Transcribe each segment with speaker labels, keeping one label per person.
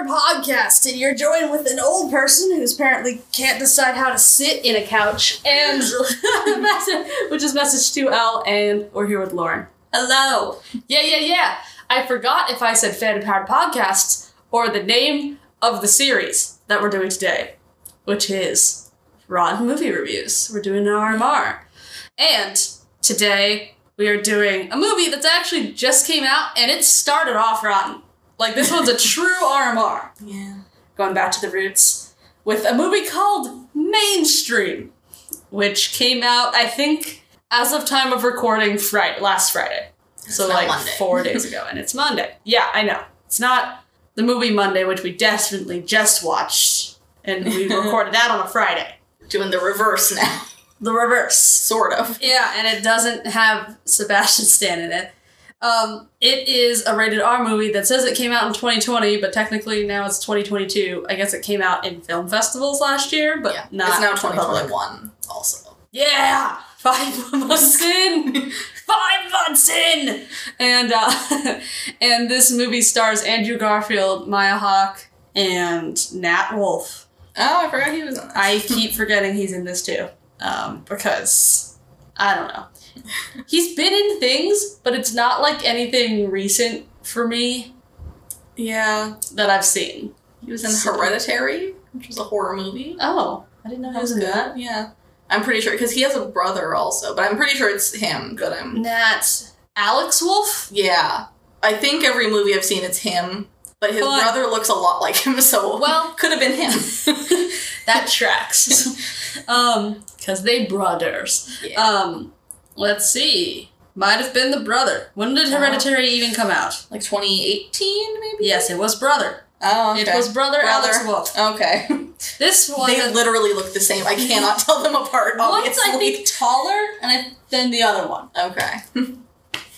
Speaker 1: podcast, and you're joined with an old person who apparently can't decide how to sit in a couch.
Speaker 2: and message, which is message to L, and we're here with Lauren. Hello. Yeah, yeah, yeah. I forgot if I said fan powered podcasts or the name of the series that we're doing today, which is Rotten Movie Reviews. We're doing an RMR, and today we are doing a movie that's actually just came out and it started off rotten. Like this one's a true RMR
Speaker 1: Yeah.
Speaker 2: going back to the roots, with a movie called Mainstream, which came out, I think, as of time of recording, Friday, last Friday. so,
Speaker 3: not
Speaker 2: like,
Speaker 3: Monday.
Speaker 2: four days ago, and it's Monday. Yeah, I know. It's not the movie Monday, which we definitely just watched, and we recorded that on a Friday.
Speaker 3: doing the reverse now,
Speaker 2: The reverse.
Speaker 3: sort of.
Speaker 2: Yeah, and it doesn't have Sebastian Stan in it. Um, it is a rated R movie that says it came out in 2020, but technically now it's 2022. I guess it came out in film festivals last year, but
Speaker 3: yeah,
Speaker 2: not
Speaker 3: it's now
Speaker 2: to the public.
Speaker 3: 2021 also.
Speaker 2: Yeah, five months in, five months in, and uh, and this movie stars Andrew Garfield, Maya Hawke, and Nat Wolf.
Speaker 3: Oh, I forgot he was on.
Speaker 2: I keep forgetting he's in this too. Um, because I don't know. He's been in things, but it's not like anything recent for me
Speaker 3: yeah,
Speaker 2: that I've seen.
Speaker 3: he was in Hereditary, which was a horror movie.
Speaker 2: Oh, I didn't know he was in that.
Speaker 3: Yeah, I'm pretty sure because he has a brother also, but I'm pretty sure it's him that I'm.
Speaker 2: That's Alex Wolf.
Speaker 3: Yeah, I think every movie I've seen it's him, but his
Speaker 2: But-
Speaker 3: brother looks a lot like him, so
Speaker 2: Well-
Speaker 3: could have been him.
Speaker 2: That tracks. um, because they brothers.
Speaker 3: yeah.
Speaker 2: Um, let's see. Might have been the brother. When did Hereditary even come out?
Speaker 3: like 2018 maybe.
Speaker 2: Yes, it was brother.
Speaker 3: Oh, okay.
Speaker 2: It was brother,
Speaker 3: Brother.
Speaker 2: Alex Wolf.
Speaker 3: Okay.
Speaker 2: This one.
Speaker 3: they literally look the same. I cannot tell them apart.
Speaker 2: One's
Speaker 3: Obviously.
Speaker 2: I think oh, taller and I, than the other one.
Speaker 3: Okay.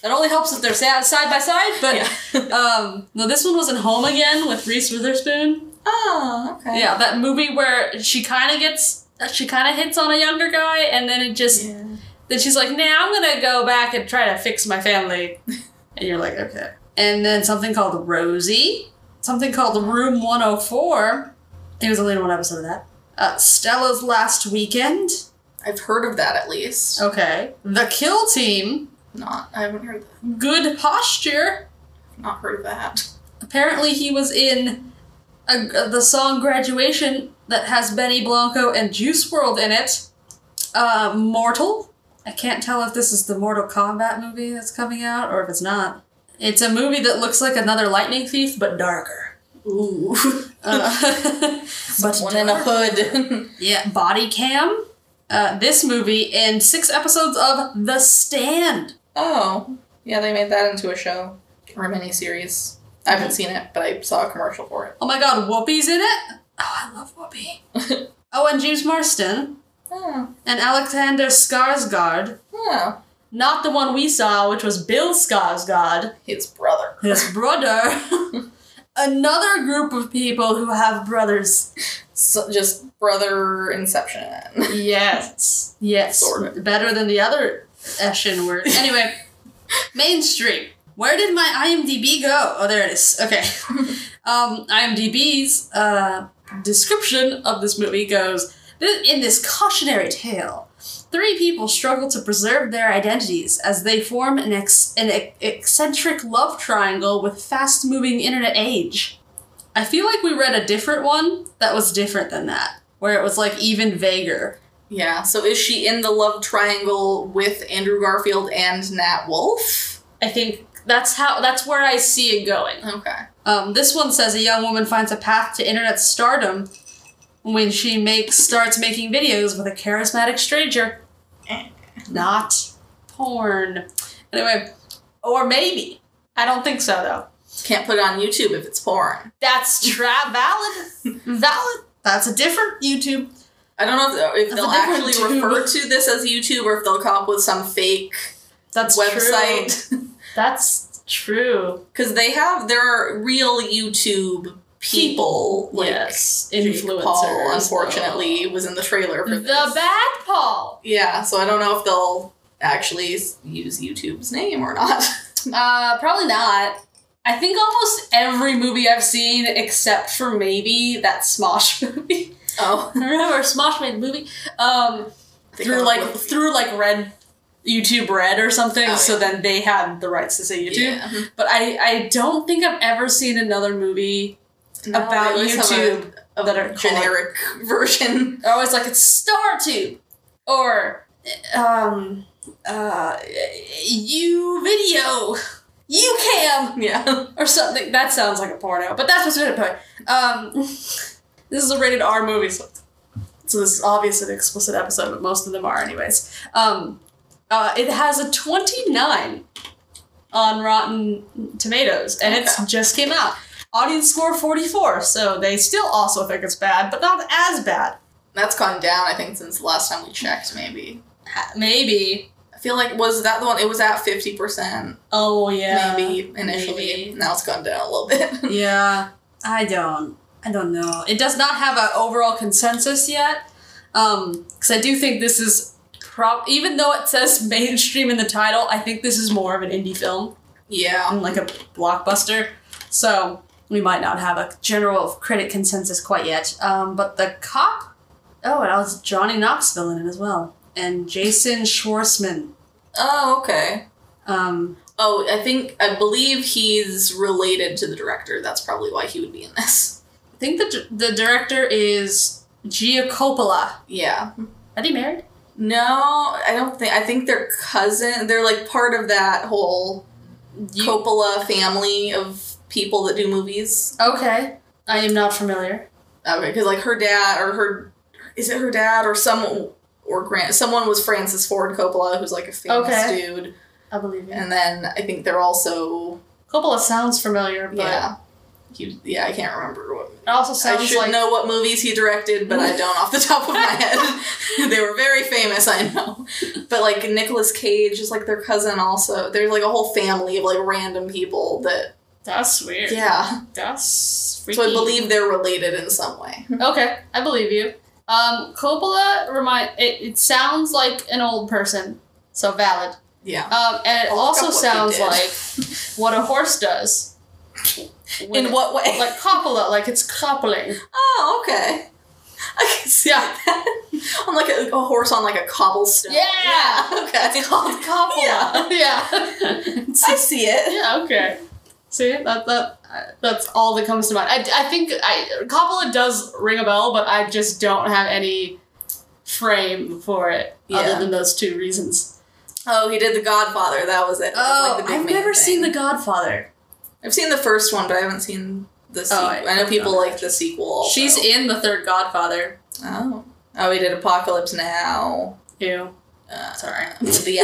Speaker 2: That only helps if they're sa- side by side. But um, no, this one was in Home Again with Reese Witherspoon.
Speaker 3: Oh, okay.
Speaker 2: Yeah, that movie where she kind of gets she kind of hits on a younger guy, and then it just
Speaker 3: Yeah.
Speaker 2: then she's like, "Nah, I'm gonna go back and try to fix my family," and you're like, "Okay." And then something called Rosie, something called Room 104. There was only one episode of that. Uh, Stella's Last Weekend.
Speaker 3: I've heard of that at least.
Speaker 2: Okay. The Kill Team.
Speaker 3: Not, I haven't heard,
Speaker 2: Good Posture.
Speaker 3: not heard of that.
Speaker 2: apparently he was in a, the song graduation that has benny blanco and juice world in it uh, mortal i can't tell if this is the mortal kombat movie that's coming out or if it's not it's a movie that looks like another lightning thief but darker
Speaker 3: Ooh,
Speaker 2: uh, but
Speaker 3: one in a
Speaker 2: darker.
Speaker 3: hood.
Speaker 2: yeah body cam uh, this movie and six episodes of the stand
Speaker 3: oh, yeah, they made that into a show or a miniseries. I haven't seen it, but I saw a commercial for it.
Speaker 2: oh my god whoopi's in it oh i love whoopi oh and james marston
Speaker 3: Oh,
Speaker 2: and Alexander Skarsgård,
Speaker 3: oh,
Speaker 2: not the one we saw, which was Bill Skarsgård,
Speaker 3: his brother.
Speaker 2: his brother. Another group of people who have brothers.
Speaker 3: So just brother inception.
Speaker 2: Yes, yes,
Speaker 3: Sort of.
Speaker 2: better than the other Eshin word. Anyway, mainstream. Where did my IMDb go? Oh, there it is. Okay. um, IMDb's uh, description of this movie goes "Th- In this cautionary tale, three people struggle to preserve their identities as they form an, ex- an ec- eccentric love triangle with fast moving internet age. I feel like we read a different one that was different than that, where it was like even vaguer.
Speaker 3: yeah, so is she in the love triangle with Andrew Garfield and Nat Wolf?
Speaker 2: I think that's how that's where I see it going.
Speaker 3: Okay.
Speaker 2: Um, this one says a young woman finds a path to internet stardom when she makes starts making videos with a charismatic stranger. Not porn. Anyway, or maybe. I don't think so though.
Speaker 3: Can't put it on YouTube if it's porn.
Speaker 2: That's tra- valid. valid. That's a different YouTube.
Speaker 3: I don't know if, if
Speaker 2: That's
Speaker 3: they'll
Speaker 2: a different
Speaker 3: actually
Speaker 2: tube.
Speaker 3: refer to this as YouTube or if they'll come up with some fake
Speaker 2: That's True.
Speaker 3: website.
Speaker 2: That's true.
Speaker 3: Because they have, there are real YouTube people. Like
Speaker 2: yes,
Speaker 3: Jake
Speaker 2: influencers.
Speaker 3: Paul, unfortunately, was in the trailer for
Speaker 2: the
Speaker 3: this.
Speaker 2: bad Paul.
Speaker 3: yeah, so I don't know if they'll actually s- use YouTube's name or not.
Speaker 2: Uh, probably not. I think almost every movie I've seen, except for maybe that Smosh movie.
Speaker 3: Oh.
Speaker 2: Remember Smosh made a movie? Um, through like through like Red YouTube Red or something.
Speaker 3: Oh,
Speaker 2: So
Speaker 3: yeah.
Speaker 2: then they had the rights to say YouTube.
Speaker 3: Yeah.
Speaker 2: But I I don't think I've ever seen another movie
Speaker 3: No, they
Speaker 2: about
Speaker 3: always have a-
Speaker 2: YouTube that are generic.
Speaker 3: generic version.
Speaker 2: I always like it's StarTube or um uh you video you cam
Speaker 3: Yeah.
Speaker 2: or something. That sounds like a porno, but that's what's been a point. Um, this is a rated R movie, so, so this is obviously an explicit episode, but most of them are, anyways. Um, uh, it has a 29 on Rotten Tomatoes, and it's just came out. Audience score 44, so they still also think it's bad, but not as bad.
Speaker 3: That's gone down, I think, since the last time we checked, maybe.
Speaker 2: Ha- Maybe.
Speaker 3: I feel like, was that the one? It was at 50%,
Speaker 2: Oh, yeah.
Speaker 3: maybe, initially.
Speaker 2: maybe.
Speaker 3: Now it's gone down a little bit.
Speaker 2: Yeah, I don't. I don't know. It does not have an overall consensus yet, because I do think this is prop. Even though it says mainstream in the title, I think this is more of an indie film
Speaker 3: yeah.
Speaker 2: and like a blockbuster. So we might not have a general critic consensus quite yet. Um, but the cop. Oh, and I was Johnny Knoxville in it as well, and Jason Schwartzman.
Speaker 3: Oh, okay.
Speaker 2: Um,
Speaker 3: Oh, I think I believe he's related to the director. That's probably why he would be in this.
Speaker 2: I think the the director is Gia Coppola.
Speaker 3: Yeah.
Speaker 2: Are they married?
Speaker 3: No, I don't think. I think they're cousin. They're like part of that whole
Speaker 2: You-
Speaker 3: Coppola family of people that do movies.
Speaker 2: Okay. I am not familiar.
Speaker 3: Okay, because like her dad or her is it her dad or some or Grant someone was Francis Ford Coppola who's like a famous
Speaker 2: Okay.
Speaker 3: dude,
Speaker 2: I believe you.
Speaker 3: and then I think they're also
Speaker 2: Coppola sounds familiar, but
Speaker 3: yeah. He, yeah, I can't remember what
Speaker 2: it also
Speaker 3: I
Speaker 2: sounds
Speaker 3: should
Speaker 2: like
Speaker 3: know what movies he directed, but I don't off the top of my head. they were very famous, I know. But like Nicolas Cage is like their cousin also. There's like a whole family of like random people that
Speaker 2: that's weird.
Speaker 3: yeah.
Speaker 2: That's freaky.
Speaker 3: So I believe they're related in some way.
Speaker 2: Okay, I believe you. Um, Coppola remind it, it sounds like an old person, so valid.
Speaker 3: Yeah.
Speaker 2: Um, and it
Speaker 3: I'll look
Speaker 2: also
Speaker 3: up Oh, what
Speaker 2: sounds
Speaker 3: he did.
Speaker 2: like what a horse does. When
Speaker 3: in
Speaker 2: it-
Speaker 3: what way?
Speaker 2: Like Coppola, like it's coppling.
Speaker 3: oh, okay. I can see
Speaker 2: Yeah.
Speaker 3: that. on like a, a horse on like a cobblestone.
Speaker 2: Yeah.
Speaker 3: okay. It's called
Speaker 2: Coppola. Yeah.
Speaker 3: I see it.
Speaker 2: Yeah, okay. See, that, that uh, that's all that comes to mind. I, I think I Coppola does ring a bell, but I just don't have any frame for it
Speaker 3: Yeah.
Speaker 2: other than those two reasons.
Speaker 3: Oh, he did The Godfather. That was it. That was,
Speaker 2: Oh,
Speaker 3: like, the big main thing.
Speaker 2: Godfather.
Speaker 3: I've seen the first one, but I haven't seen the sequel.
Speaker 2: Oh, I-
Speaker 3: I, know people like the sequel. also.
Speaker 2: She's in the third Godfather.
Speaker 3: oh oh, we did Apocalypse Now.
Speaker 2: Ew.
Speaker 3: Uh,
Speaker 2: Sorry.
Speaker 3: the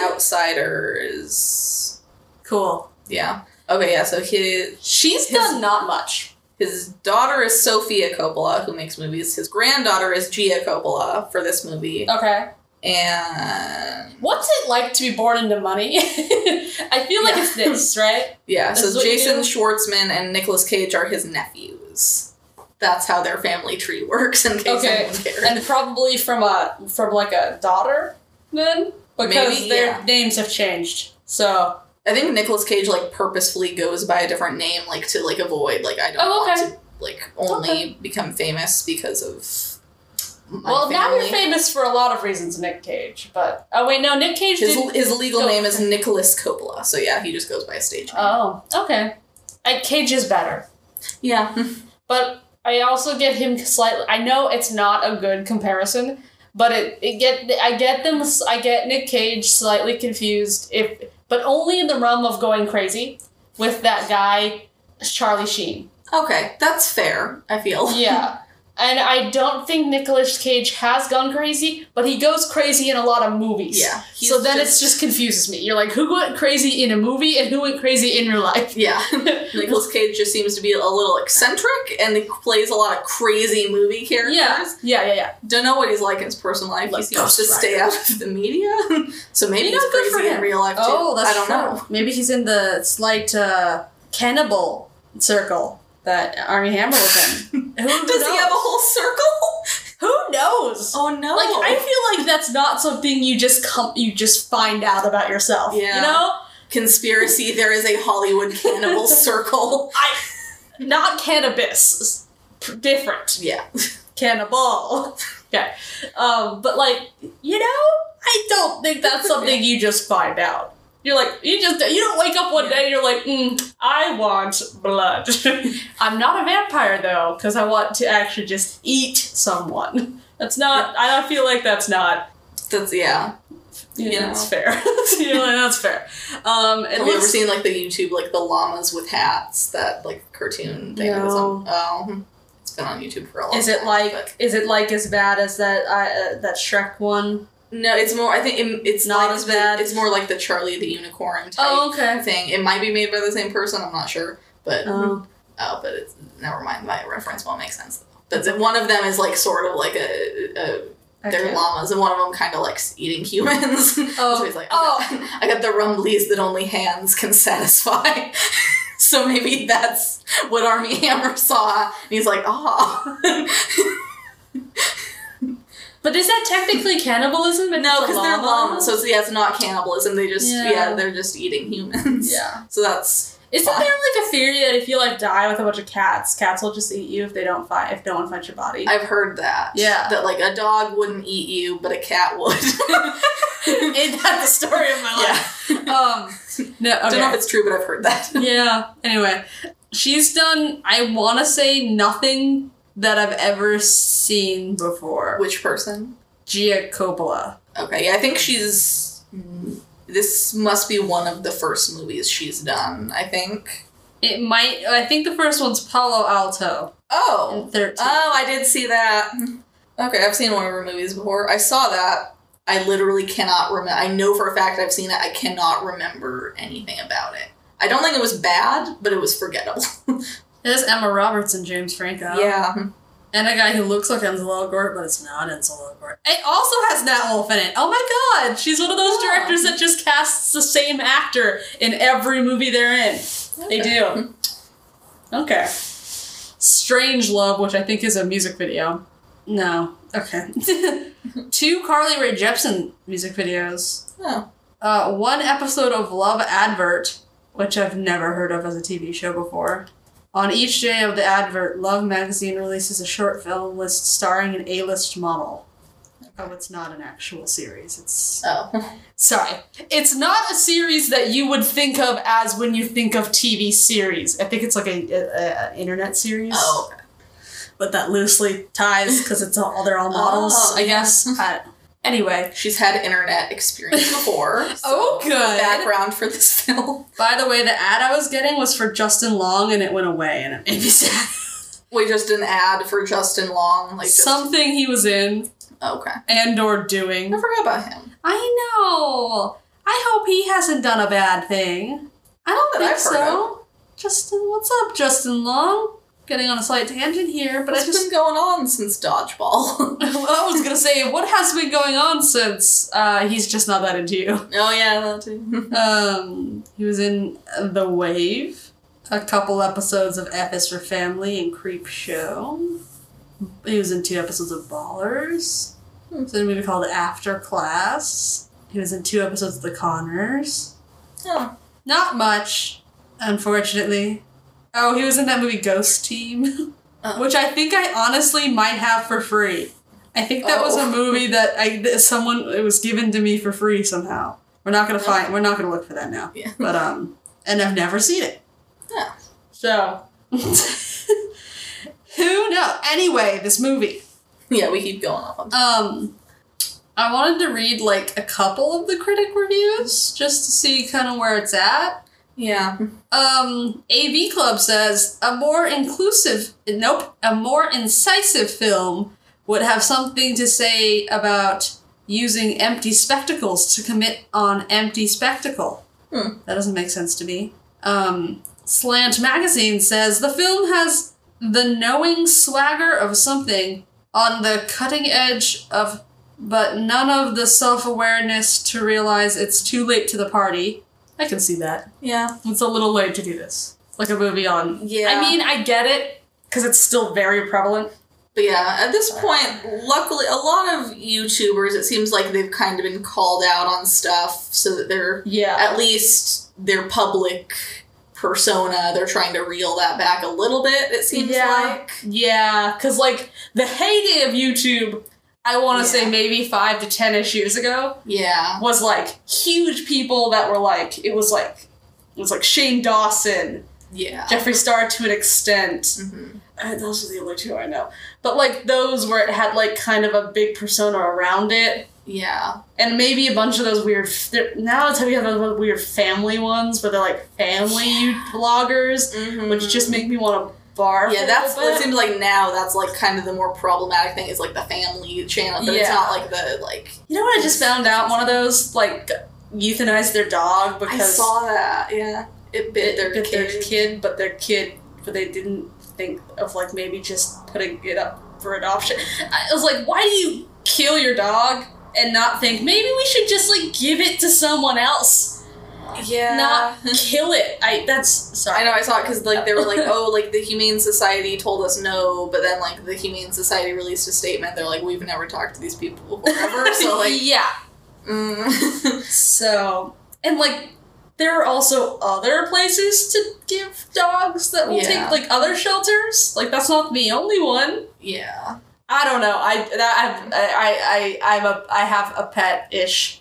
Speaker 3: Outsiders.
Speaker 2: Cool.
Speaker 3: Yeah. Okay. Yeah. So his
Speaker 2: She's
Speaker 3: His-
Speaker 2: done not much.
Speaker 3: his daughter is Sophia Coppola, who makes movies. His granddaughter is Gia Coppola for this movie,
Speaker 2: Okay.
Speaker 3: and
Speaker 2: What's it like to be born into money? I feel like
Speaker 3: Yeah.
Speaker 2: it's this, right?
Speaker 3: yeah.
Speaker 2: This is
Speaker 3: So
Speaker 2: what you
Speaker 3: Jason
Speaker 2: do?
Speaker 3: Schwartzman and Nicolas Cage are his nephews. That's how their family tree works. In case
Speaker 2: Okay.
Speaker 3: anyone cares.
Speaker 2: and probably from a from like a daughter then because
Speaker 3: Maybe,
Speaker 2: their
Speaker 3: yeah.
Speaker 2: names have changed so
Speaker 3: I think Nicolas Cage like purposefully goes by a different name, like to like avoid like I don't
Speaker 2: Oh, okay.
Speaker 3: want to like only become famous because of my
Speaker 2: well now you're
Speaker 3: family.
Speaker 2: famous for a lot of reasons nick cage but oh wait no nick cage
Speaker 3: His,
Speaker 2: did
Speaker 3: his legal
Speaker 2: Go.
Speaker 3: name is Nicholas Coppola, so yeah, he just goes by a stage name.
Speaker 2: oh okay I, cage is better
Speaker 3: yeah,
Speaker 2: but i also get him slightly i know it's not a good comparison but it, it get i get them s- i get nick cage slightly confused if but only in the realm of going crazy with that guy charlie sheen
Speaker 3: okay, that's fair. I feel
Speaker 2: yeah. And I don't think Nicolas Cage has gone crazy, but he goes crazy in a lot of movies.
Speaker 3: yeah. he's
Speaker 2: So then it's just confuses me. You're like, who went crazy in a movie and who went crazy in real life?
Speaker 3: yeah. Nicolas Cage just seems to be a little eccentric, and he plays a lot of crazy movie characters.
Speaker 2: Yeah, yeah, yeah, yeah.
Speaker 3: Don't know what he's like in his personal life.
Speaker 2: Like
Speaker 3: he seems
Speaker 2: Ghost
Speaker 3: to stay out of the media, so maybe
Speaker 2: You know,
Speaker 3: he's
Speaker 2: good for
Speaker 3: crazy in
Speaker 2: him. Oh,
Speaker 3: real life too. I don't know.
Speaker 2: Maybe he's in the slight uh, cannibal circle that Army Hammer was in. who knows?
Speaker 3: Does he have a whole circle?
Speaker 2: Who knows?
Speaker 3: Oh no!
Speaker 2: Like I feel like that's not something you just come you just find out about yourself. You
Speaker 3: Yeah.
Speaker 2: know?
Speaker 3: conspiracy, there is a Hollywood cannibal circle.
Speaker 2: I not cannabis. P- Different.
Speaker 3: Yeah.
Speaker 2: Cannibal. Okay. Um, but like, you know, I don't think that's something you just find out. You're like, you just you don't wake up one day and you're like, mm, I want blood. I'm not a vampire though, because I want to actually just eat someone. That's not I don't feel like that's not
Speaker 3: That's yeah.
Speaker 2: you
Speaker 3: You
Speaker 2: know,
Speaker 3: know.
Speaker 2: that's fair. you know, that's fair. Um it
Speaker 3: Have you ever
Speaker 2: looks-
Speaker 3: seen like the YouTube like the llamas with hats that like cartoon thing? that was on- oh, it's been on YouTube for a long.
Speaker 2: Is it
Speaker 3: time,
Speaker 2: like
Speaker 3: but-
Speaker 2: is it like as bad as that I, uh, that Shrek one?
Speaker 3: No, it's more. I think it, it's
Speaker 2: Not
Speaker 3: like
Speaker 2: as
Speaker 3: the-
Speaker 2: bad? Oh,
Speaker 3: it's more like the Charlie the Unicorn type
Speaker 2: okay.
Speaker 3: thing. It might be made by the same person. I'm not sure, but
Speaker 2: Oh.
Speaker 3: oh, but it's never mind. My reference won't make sense. But the- one of them is like sort of like a, a they're
Speaker 2: okay.
Speaker 3: llamas, and one of them kind of likes eating humans.
Speaker 2: Oh.
Speaker 3: so he's like,
Speaker 2: Oh.
Speaker 3: I got, I got the rumblies that only hands can satisfy. so maybe that's what Army Hammer saw, and he's like, oh.
Speaker 2: But is that technically cannibalism? If
Speaker 3: No,
Speaker 2: it's a
Speaker 3: because they're
Speaker 2: llama?
Speaker 3: llamas, so it's, yeah, it's not cannibalism. They just
Speaker 2: Yeah.
Speaker 3: yeah. they're just eating humans.
Speaker 2: Yeah.
Speaker 3: So that's
Speaker 2: Isn't there like a theory that if you like die with a bunch of cats, cats will just eat you if they don't find if no one finds your body?
Speaker 3: I've heard that.
Speaker 2: Yeah.
Speaker 3: That like a dog wouldn't eat you, but a cat would.
Speaker 2: Ain't that the story of my
Speaker 3: yeah.
Speaker 2: life? Um, no,
Speaker 3: I don't know if
Speaker 2: okay.
Speaker 3: it's true, but I've heard that.
Speaker 2: yeah. Anyway, she's done. I want to say nothing that I've ever seen before.
Speaker 3: Which person?
Speaker 2: Gia Coppola.
Speaker 3: Okay. Yeah, I think she's. mm, This must be one of the first movies she's done. I think.
Speaker 2: It might. I think the first one's Palo Alto.
Speaker 3: Oh.
Speaker 2: In Thirteen.
Speaker 3: Oh, I did see that. Okay, I've seen one of her movies before. I saw that. I literally cannot remember. I know for a fact I've seen it. I cannot remember anything about it. I don't think it was bad, but it was forgettable.
Speaker 2: It has Emma Roberts and James Franco.
Speaker 3: yeah.
Speaker 2: And a guy who looks like Ansel Elgort, but it's not Ansel Elgort. It also has Nat Wolff in it. Oh my god! She's one of those
Speaker 3: Oh.
Speaker 2: directors that just casts the same actor in every movie they're in. They do. Okay. Strange Love, which I think is a music video. No. Okay. Two Carly Rae Jepsen music videos.
Speaker 3: Oh.
Speaker 2: Uh, one episode of Love Advert, which I've never heard of as a TV show before. On each day of the advert, Love magazine releases a short film list starring an A-list model. Oh, it's not an actual series. It's
Speaker 3: Oh.
Speaker 2: sorry. It's not a series that you would think of as when you think of TV series. I think it's like a, a, a internet series,
Speaker 3: Oh.
Speaker 2: but that loosely ties because it's all they're all models.
Speaker 3: Oh,
Speaker 2: I guess. I- anyway.
Speaker 3: She's had internet experience before. so
Speaker 2: Oh, good.
Speaker 3: Background for this film.
Speaker 2: By the way, the ad I was getting was for Justin Long, and it went away, and it made me sad.
Speaker 3: Wait, just an ad for Justin Long. Like just,
Speaker 2: Something he was in
Speaker 3: Okay.
Speaker 2: and/or
Speaker 3: I
Speaker 2: doing.
Speaker 3: forgot about him.
Speaker 2: I know. I hope he hasn't done a bad thing. I don't
Speaker 3: Not that
Speaker 2: think
Speaker 3: I've heard
Speaker 2: so. Justin, what's up, Justin Long? Getting on a slight tangent here, but
Speaker 3: What's
Speaker 2: I just
Speaker 3: been going on since Dodgeball?
Speaker 2: I was gonna say what has been going on since uh, he's just not that into you.
Speaker 3: oh yeah, that too.
Speaker 2: Um, he was in The Wave, a couple episodes of F is for Family and Creep Show. He was in two episodes of Ballers. He was in a movie called After Class. He was in two episodes of The Connors.
Speaker 3: Oh.
Speaker 2: Not much, unfortunately. Oh, he was in that movie Ghost Team,
Speaker 3: Oh.
Speaker 2: which I think I honestly might have for free. I think that was a
Speaker 3: Oh.
Speaker 2: movie that I that someone it was given to me for free somehow. We're not gonna find. We're not gonna look for that now.
Speaker 3: Yeah.
Speaker 2: But um, and I've never seen it.
Speaker 3: Yeah.
Speaker 2: So. Who knows? Anyway, this movie.
Speaker 3: Yeah, we keep going on.
Speaker 2: Um, I wanted to read like a couple of the critic reviews just to see kind of where it's at.
Speaker 3: Yeah.
Speaker 2: Um, AV Club says a more inclusive, nope, a more incisive film would have something to say about using empty spectacles to commit on empty spectacle.
Speaker 3: Hmm.
Speaker 2: That doesn't make sense to me. Um, Slant Magazine says the film has the knowing swagger of something on the cutting edge of, but none of the self awareness to realize it's too late to the party. I can see that.
Speaker 3: Yeah.
Speaker 2: It's a little late to do this. Like a movie on.
Speaker 3: Yeah.
Speaker 2: I mean, I get it because it's still very prevalent.
Speaker 3: But yeah, at this point, luckily, a lot of YouTubers, it seems like they've kind of been called out on stuff so that they're
Speaker 2: Yeah.
Speaker 3: at least their public persona, they're trying to reel that back a little bit, it seems
Speaker 2: Yeah.
Speaker 3: like.
Speaker 2: Yeah, because like the heyday of YouTube, I want
Speaker 3: Yeah.
Speaker 2: to say maybe five to ten ish years ago,
Speaker 3: Yeah.
Speaker 2: was like huge people that were like it was like it was like Shane Dawson,
Speaker 3: Yeah.
Speaker 2: Jeffree Star to an extent.
Speaker 3: hmm
Speaker 2: Uh, Those are the only two I know, but like those where it had like kind of a big persona around it.
Speaker 3: Yeah.
Speaker 2: And maybe a bunch of those weird. f- there- Now it's how you have those weird family ones where they're like family vloggers,
Speaker 3: Mm-hmm.
Speaker 2: which just make me want to barf.
Speaker 3: yeah, that's
Speaker 2: what
Speaker 3: it seems like now that's like kind of the more problematic thing is like the family channel, but it's
Speaker 2: Yeah.
Speaker 3: not like the like
Speaker 2: You know what I just found out? One of those like euthanized their dog because
Speaker 3: I saw that, yeah. It bit,
Speaker 2: it
Speaker 3: their,
Speaker 2: bit
Speaker 3: kid.
Speaker 2: their kid, but their kid, but they didn't think of like maybe just putting it up for adoption. I was like, why do you kill your dog and not think maybe we should just like give it to someone else,
Speaker 3: Yeah.
Speaker 2: not kill it? I that's sorry.
Speaker 3: I know I saw it because like they were like, oh, like the Humane Society told us no, but then like the Humane Society released a statement. They're like, we've never talked to these people before, ever. So like,
Speaker 2: yeah.
Speaker 3: mm.
Speaker 2: So and like there are also other places to give dogs that will take
Speaker 3: Yeah.
Speaker 2: like other shelters. Like that's not the only one.
Speaker 3: yeah,
Speaker 2: I don't know. I that, I I I I'm a I have a pet ish,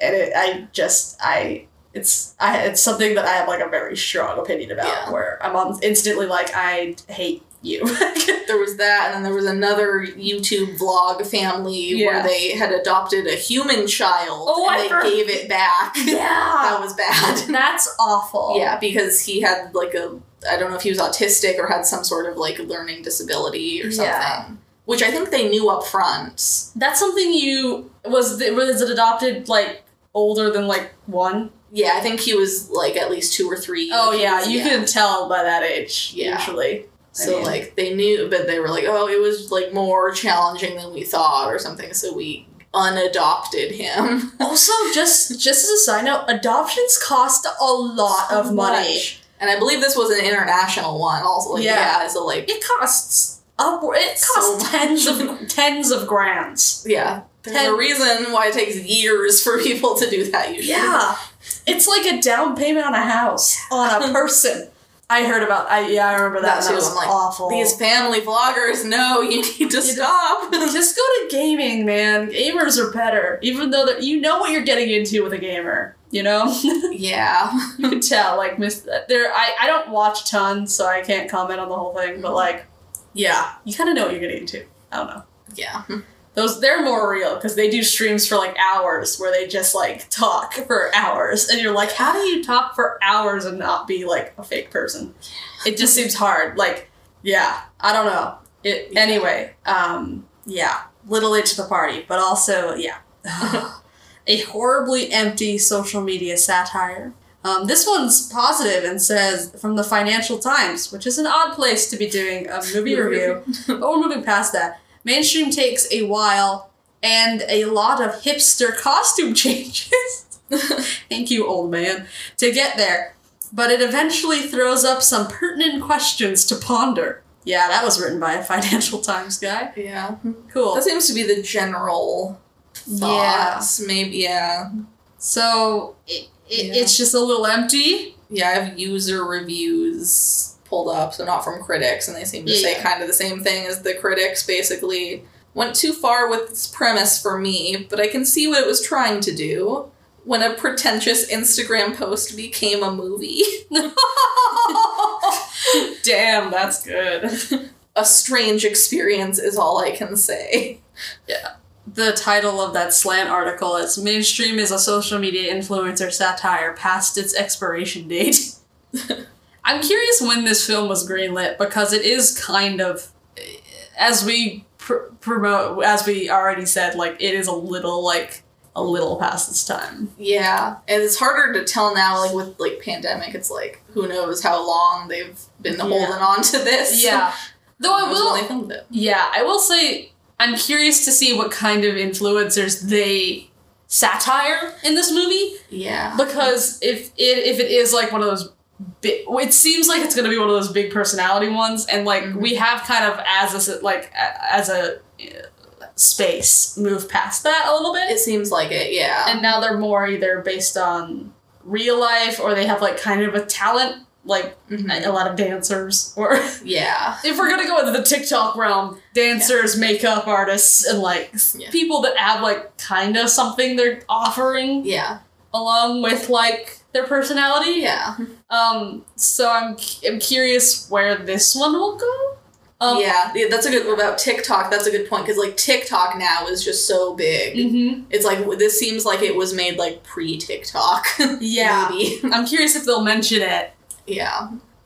Speaker 2: and it, I just I it's I it's something that I have like a very strong opinion about.
Speaker 3: Yeah.
Speaker 2: Where I'm on instantly like I hate you.
Speaker 3: there was that, and then there was another YouTube vlog family where
Speaker 2: Yeah.
Speaker 3: they had adopted a human child
Speaker 2: Oh,
Speaker 3: and
Speaker 2: I
Speaker 3: they
Speaker 2: heard-
Speaker 3: gave it back.
Speaker 2: yeah,
Speaker 3: that was bad.
Speaker 2: that's awful.
Speaker 3: Yeah, because he had like a I don't know if he was autistic or had some sort of like learning disability or something,
Speaker 2: Yeah.
Speaker 3: which I think they knew up front.
Speaker 2: that's something you was the, was it adopted like older than like one?
Speaker 3: Yeah, I think he was like at least two or three.
Speaker 2: Oh
Speaker 3: Like, he
Speaker 2: yeah,
Speaker 3: was-
Speaker 2: you can tell by that age
Speaker 3: Yeah.
Speaker 2: usually.
Speaker 3: So
Speaker 2: I mean-
Speaker 3: like they knew, but they were like, oh, it was like more challenging than we thought or something. So we unadopted him.
Speaker 2: Also, just just as a side note, adoptions cost a lot
Speaker 3: So
Speaker 2: of money.
Speaker 3: much. And I believe this was an international one also. Like, yeah.
Speaker 2: Yeah.
Speaker 3: So like
Speaker 2: It costs upward. It
Speaker 3: So
Speaker 2: costs
Speaker 3: much.
Speaker 2: tens of tens of grands.
Speaker 3: yeah, there's
Speaker 2: Ten-
Speaker 3: a reason why it takes years for people to do that usually.
Speaker 2: Yeah, it's like a down payment on a house on a person. I heard about. I yeah, I remember that. and
Speaker 3: That
Speaker 2: that
Speaker 3: too,
Speaker 2: was
Speaker 3: I'm like,
Speaker 2: awful.
Speaker 3: These family vloggers know you need to stop.
Speaker 2: Just go to gaming, man. Gamers are better, even though they're- you know what you're getting into with a gamer. You know, you
Speaker 3: yeah.
Speaker 2: can tell. Like, miss there. I I don't watch a ton, so I can't comment on the whole thing. But like, yeah, you kind of know what you're getting into. I don't know.
Speaker 3: Yeah.
Speaker 2: those they're more real because they do streams for like hours where they just like talk for hours and you're like how do you talk for hours and not be like a fake person it just seems hard like yeah i don't know it
Speaker 3: Yeah.
Speaker 2: anyway um yeah little late to the party but also yeah a horribly empty social media satire um, this one's positive and says from the Financial Times, which is an odd place to be doing a movie review, but we're moving past that. Mainstream takes a while and a lot of hipster costume changes. Thank you, old man, to get there. But it eventually throws up some pertinent questions to ponder. Yeah, that was written by a Financial Times guy.
Speaker 3: Yeah.
Speaker 2: Cool.
Speaker 3: That seems to be the general
Speaker 2: Yeah.
Speaker 3: thoughts. Maybe yeah.
Speaker 2: So it, it,
Speaker 3: Yeah.
Speaker 2: it's just a little empty.
Speaker 3: Yeah, I have user reviews pulled up, so not from critics, and they seem to
Speaker 2: Yeah,
Speaker 3: say
Speaker 2: yeah.
Speaker 3: kind of the same thing as the critics basically went too far with this premise for me, but I can see what it was trying to do. When a pretentious Instagram post became a movie,
Speaker 2: Damn, that's good.
Speaker 3: a strange experience is all I can say.
Speaker 2: the title of that slant article is mainstream is a social media influencer satire past its expiration date i'm curious when this film was greenlit because it is kind of as we pr- promote as we already said like it is a little like a little past its time
Speaker 3: Yeah, and it's harder to tell now, like with like pandemic, it's like who knows how long they've been
Speaker 2: Yeah.
Speaker 3: holding on to this.
Speaker 2: though i
Speaker 3: That was when
Speaker 2: will
Speaker 3: they filmed it.
Speaker 2: Yeah, I will say I'm curious to see what kind of influencers they satire in this movie
Speaker 3: Yeah,
Speaker 2: because if it if it is like one of those bi- it seems like it's going to be one of those big personality ones and like
Speaker 3: Mhm.
Speaker 2: we have kind of as a like a- as a uh, space move past that a little bit
Speaker 3: It seems like it, yeah.
Speaker 2: and now they're more either based on real life or they have like kind of a talent like
Speaker 3: Mhm.
Speaker 2: a lot of dancers or
Speaker 3: Yeah.
Speaker 2: if we're gonna go into the TikTok realm, dancers, makeup artists, and like s-
Speaker 3: Yeah.
Speaker 2: people that have like kind of something they're offering
Speaker 3: Yeah.
Speaker 2: along with like their personality.
Speaker 3: Yeah.
Speaker 2: Um. So I'm cu- I'm curious where this one will go. Um,
Speaker 3: yeah. Yeah, That's a good about TikTok. That's a good point because like TikTok now is just so big.
Speaker 2: mhm.
Speaker 3: It's like w- this seems like it was made like pre TikTok.
Speaker 2: Yeah.
Speaker 3: Maybe.
Speaker 2: I'm curious if they'll mention it
Speaker 3: Yeah.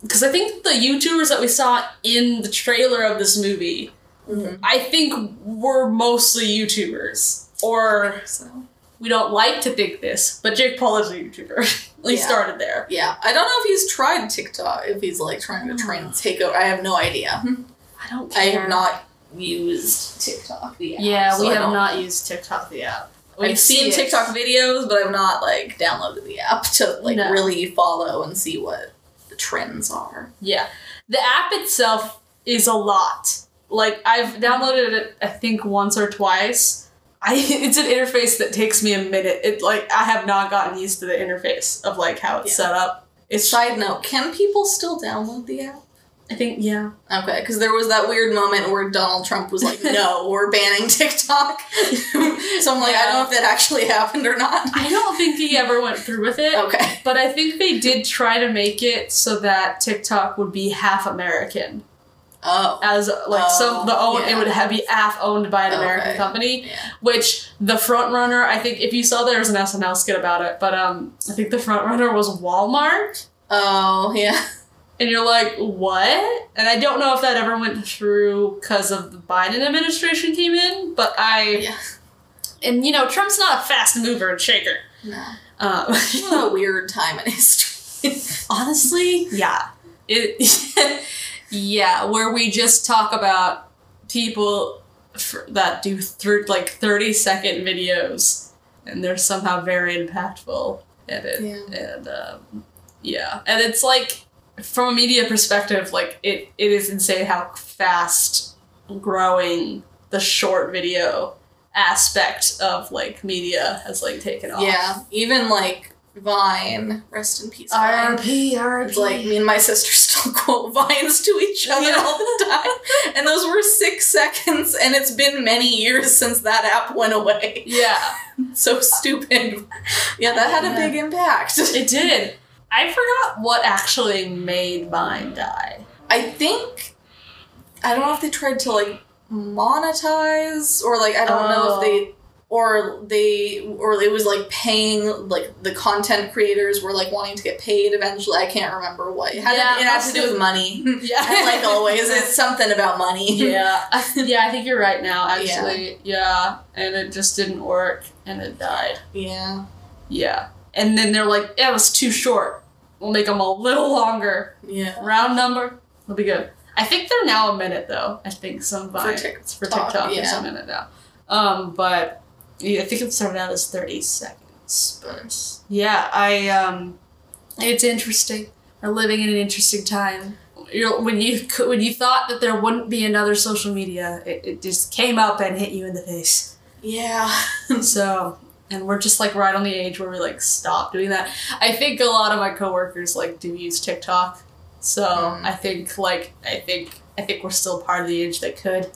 Speaker 2: because I think the YouTubers that we saw in the trailer of this movie,
Speaker 3: Mhm.
Speaker 2: I think were mostly YouTubers or.
Speaker 3: So
Speaker 2: we don't like to think this, but Jake Paul is a YouTuber. he
Speaker 3: Yeah.
Speaker 2: started there.
Speaker 3: yeah, I don't know if he's tried TikTok. If he's like trying
Speaker 2: Oh.
Speaker 3: to train take over, I have no idea.
Speaker 2: I don't
Speaker 3: I have not used TikTok. The app,
Speaker 2: Yeah,
Speaker 3: so
Speaker 2: we
Speaker 3: I
Speaker 2: have
Speaker 3: don't-
Speaker 2: not used TikTok the app. We've
Speaker 3: I've seen
Speaker 2: it.
Speaker 3: TikTok videos, but I've not like downloaded the app to like
Speaker 2: No.
Speaker 3: really follow and see what the trends are.
Speaker 2: Yeah, the app itself is a lot. Like I've downloaded it, I think once or twice. I it's an interface that takes me a minute. It like I have not gotten used to the interface of like how it's
Speaker 3: Yeah.
Speaker 2: set up. It's
Speaker 3: Side note: Can people still download the app?
Speaker 2: I think yeah.
Speaker 3: Okay, because there was that weird moment where Donald Trump was like, "No, we're banning TikTok." so I'm like, I don't know if that actually happened or not.
Speaker 2: I don't think he ever went through with it.
Speaker 3: Okay.
Speaker 2: But I think they did try to make it so that TikTok would be half American,
Speaker 3: Oh.
Speaker 2: as like some the own
Speaker 3: yeah.
Speaker 2: it would have, be half owned by an American
Speaker 3: Okay.
Speaker 2: company.
Speaker 3: Yeah.
Speaker 2: Which the front runner, I think, if you saw there was an SNL skit about it, but um, I think the front runner was Walmart,
Speaker 3: Oh yeah.
Speaker 2: and you're like, what? And I don't know if that ever went through because of the Biden administration came in, but I
Speaker 3: Yeah.
Speaker 2: and you know Trump's not a fast mover and shaker.
Speaker 3: No.
Speaker 2: Um,
Speaker 3: What a weird time in history.
Speaker 2: honestly, yeah. It, yeah, where we just talk about people f that do thir- like 30 second videos and they're somehow very impactful and it and um, yeah and it's like from a media perspective like it, it is insane how fast growing the short video aspect of like media has like taken off
Speaker 3: yeah. Even like Vine, rest in peace. Vine.
Speaker 2: RP,
Speaker 3: It's like me and my sister still quote vines to each other
Speaker 2: Yeah.
Speaker 3: all the time. And those were six seconds, and it's been many years since that app went away.
Speaker 2: yeah
Speaker 3: So stupid. Yeah, that had a big impact.
Speaker 2: It did. I forgot what actually made mine die.
Speaker 3: I think I don't know if they tried to like monetize or like I don't know
Speaker 2: Oh.
Speaker 3: if they or they or it was like paying like the content creators were like wanting to get paid eventually. I can't remember what. It had,
Speaker 2: Yeah,
Speaker 3: it had to do
Speaker 2: that's-
Speaker 3: with money.
Speaker 2: Yeah,
Speaker 3: And like always, it's something about money.
Speaker 2: yeah, I- yeah. I think you're right now. Actually, yeah. and it just didn't work, and it died.
Speaker 3: Yeah.
Speaker 2: Yeah, and then they're like, "Yeah, it was too short. We'll make them a little longer.
Speaker 3: Yeah.
Speaker 2: Round number. It'll be good." I think they're now a minute though. I think some by
Speaker 3: Tik-
Speaker 2: for TikTok it's
Speaker 3: yeah.
Speaker 2: a minute now. Um, but yeah, I think it started out as thirty seconds.
Speaker 3: But
Speaker 2: Yeah, I um, it's interesting. We're living in an interesting time. You're, when you cou- when you thought that there wouldn't be another social media, it, it just came up and hit you in the face.
Speaker 3: yeah.
Speaker 2: So, and we're just like right on the age where we like stop doing that. I think a lot of my coworkers like do use TikTok. So
Speaker 3: Mm.
Speaker 2: I think like I think I think we're still part of the age that could.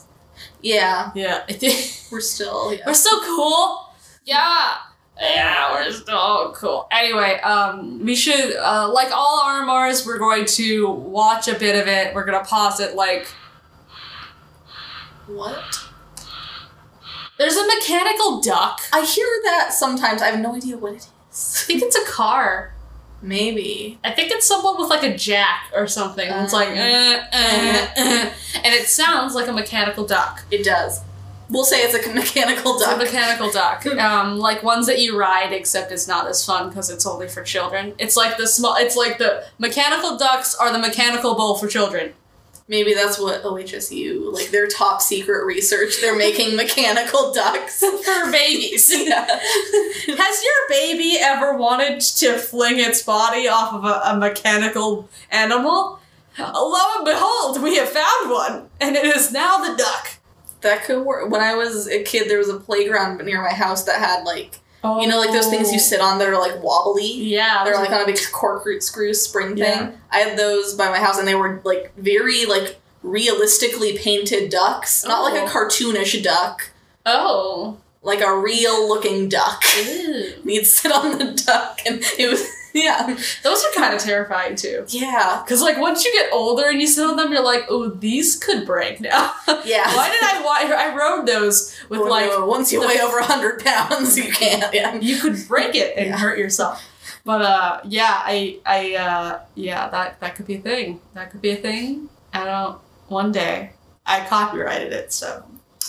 Speaker 3: Yeah.
Speaker 2: Yeah, I think.
Speaker 3: We're still yeah.
Speaker 2: We're so cool. Yeah. Yeah, we're so cool. Anyway, um, we should, uh, like all RMRs, we're going to watch a bit of it. We're going to pause it. Like,
Speaker 3: what?
Speaker 2: there's a mechanical duck. I
Speaker 3: I hear that sometimes. I have no idea what it is.
Speaker 2: think it's a car.
Speaker 3: Maybe.
Speaker 2: I think it's someone with like a jack or something. It's like,
Speaker 3: Um.
Speaker 2: eh, eh, eh. and it sounds like a mechanical duck.
Speaker 3: It does. We'll say it's a mechanical
Speaker 2: It's a
Speaker 3: duck. Hmm.
Speaker 2: mechanical duck. Um, like ones that you ride, except it's not as fun because it's only for children. It's like the small. It's like the mechanical ducks are the mechanical bowl for children.
Speaker 3: Maybe that's what OHSU, like their top secret research, they're making mechanical ducks.
Speaker 2: for babies.
Speaker 3: yeah.
Speaker 2: Has your baby ever wanted to fling its body off of a, a mechanical animal? Lo and behold, we have found one, and it is now the duck.
Speaker 3: That could work. When I was a kid, there was a playground near my house that had like,
Speaker 2: Oh.
Speaker 3: you know, like those things you sit on that are like wobbly.
Speaker 2: Yeah,
Speaker 3: They're like on a big corkscrew spring
Speaker 2: Yeah.
Speaker 3: thing. I had those by my house, and they were like very like realistically painted ducks, not like
Speaker 2: Oh.
Speaker 3: a cartoonish duck,
Speaker 2: oh,
Speaker 3: like a real looking duck.
Speaker 2: Ew.
Speaker 3: We'd sit on the duck, and it was yeah,
Speaker 2: those are kind of terrifying too.
Speaker 3: yeah,
Speaker 2: Cause like once you get older and you sit on them, you're like, oh, these could break now.
Speaker 3: yeah.
Speaker 2: Why did I? Why I rode those with
Speaker 3: Well,
Speaker 2: like
Speaker 3: no, once you
Speaker 2: the-
Speaker 3: weigh over hundred pounds, you can't. Yeah.
Speaker 2: you could break it and
Speaker 3: Yeah.
Speaker 2: hurt yourself. But uh, yeah, I, I, uh, yeah, that that could be a thing. That could be a thing. I don't. One day, I copyrighted it. So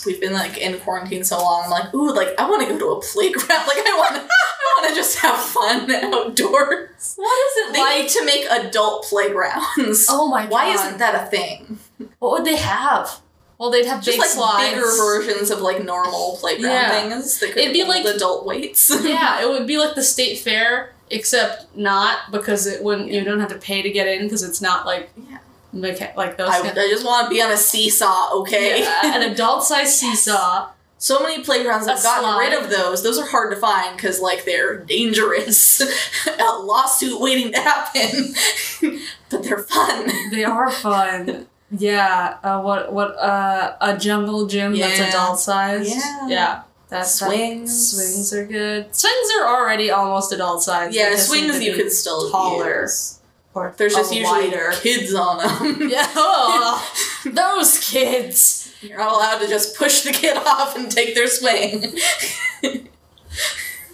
Speaker 3: We've been like in quarantine so long. I'm like, ooh, like I want to go to a playground. Like I want, I want to just have fun outdoors.
Speaker 2: what is
Speaker 3: They need to make adult playgrounds.
Speaker 2: Oh my
Speaker 3: Why
Speaker 2: god!
Speaker 3: isn't that a thing?
Speaker 2: What would they have? Well, they'd have
Speaker 3: Just
Speaker 2: big
Speaker 3: like
Speaker 2: slides.
Speaker 3: bigger versions of like normal playground
Speaker 2: Yeah.
Speaker 3: things that could
Speaker 2: It'd be
Speaker 3: hold
Speaker 2: like-
Speaker 3: adult weights.
Speaker 2: yeah, it would be like the state fair, except not because it wouldn't. You don't have to pay to get in because it's not like
Speaker 3: Yeah.
Speaker 2: mecha- like those.
Speaker 3: I,
Speaker 2: kind-
Speaker 3: I just want to be on a seesaw, okay?
Speaker 2: Yeah, an adult-sized seesaw.
Speaker 3: So many playgrounds
Speaker 2: A
Speaker 3: have gotten
Speaker 2: slide.
Speaker 3: rid of those. Those are hard to find because, like, they're dangerous. a lawsuit waiting to happen. but they're fun.
Speaker 2: They are fun. Yeah. Uh, what? What? Uh, a jungle gym
Speaker 3: Yeah.
Speaker 2: that's adult sized.
Speaker 3: Yeah.
Speaker 2: Yeah. That's that-
Speaker 3: swings.
Speaker 2: swings are good. Swings are already almost adult sized.
Speaker 3: Yeah, swings you could still
Speaker 2: taller.
Speaker 3: use.
Speaker 2: Or
Speaker 3: There's just
Speaker 2: a
Speaker 3: usually
Speaker 2: wider.
Speaker 3: kids on them.
Speaker 2: Yeah. Oh, those kids.
Speaker 3: You're not allowed to just push the kid off and take their swing.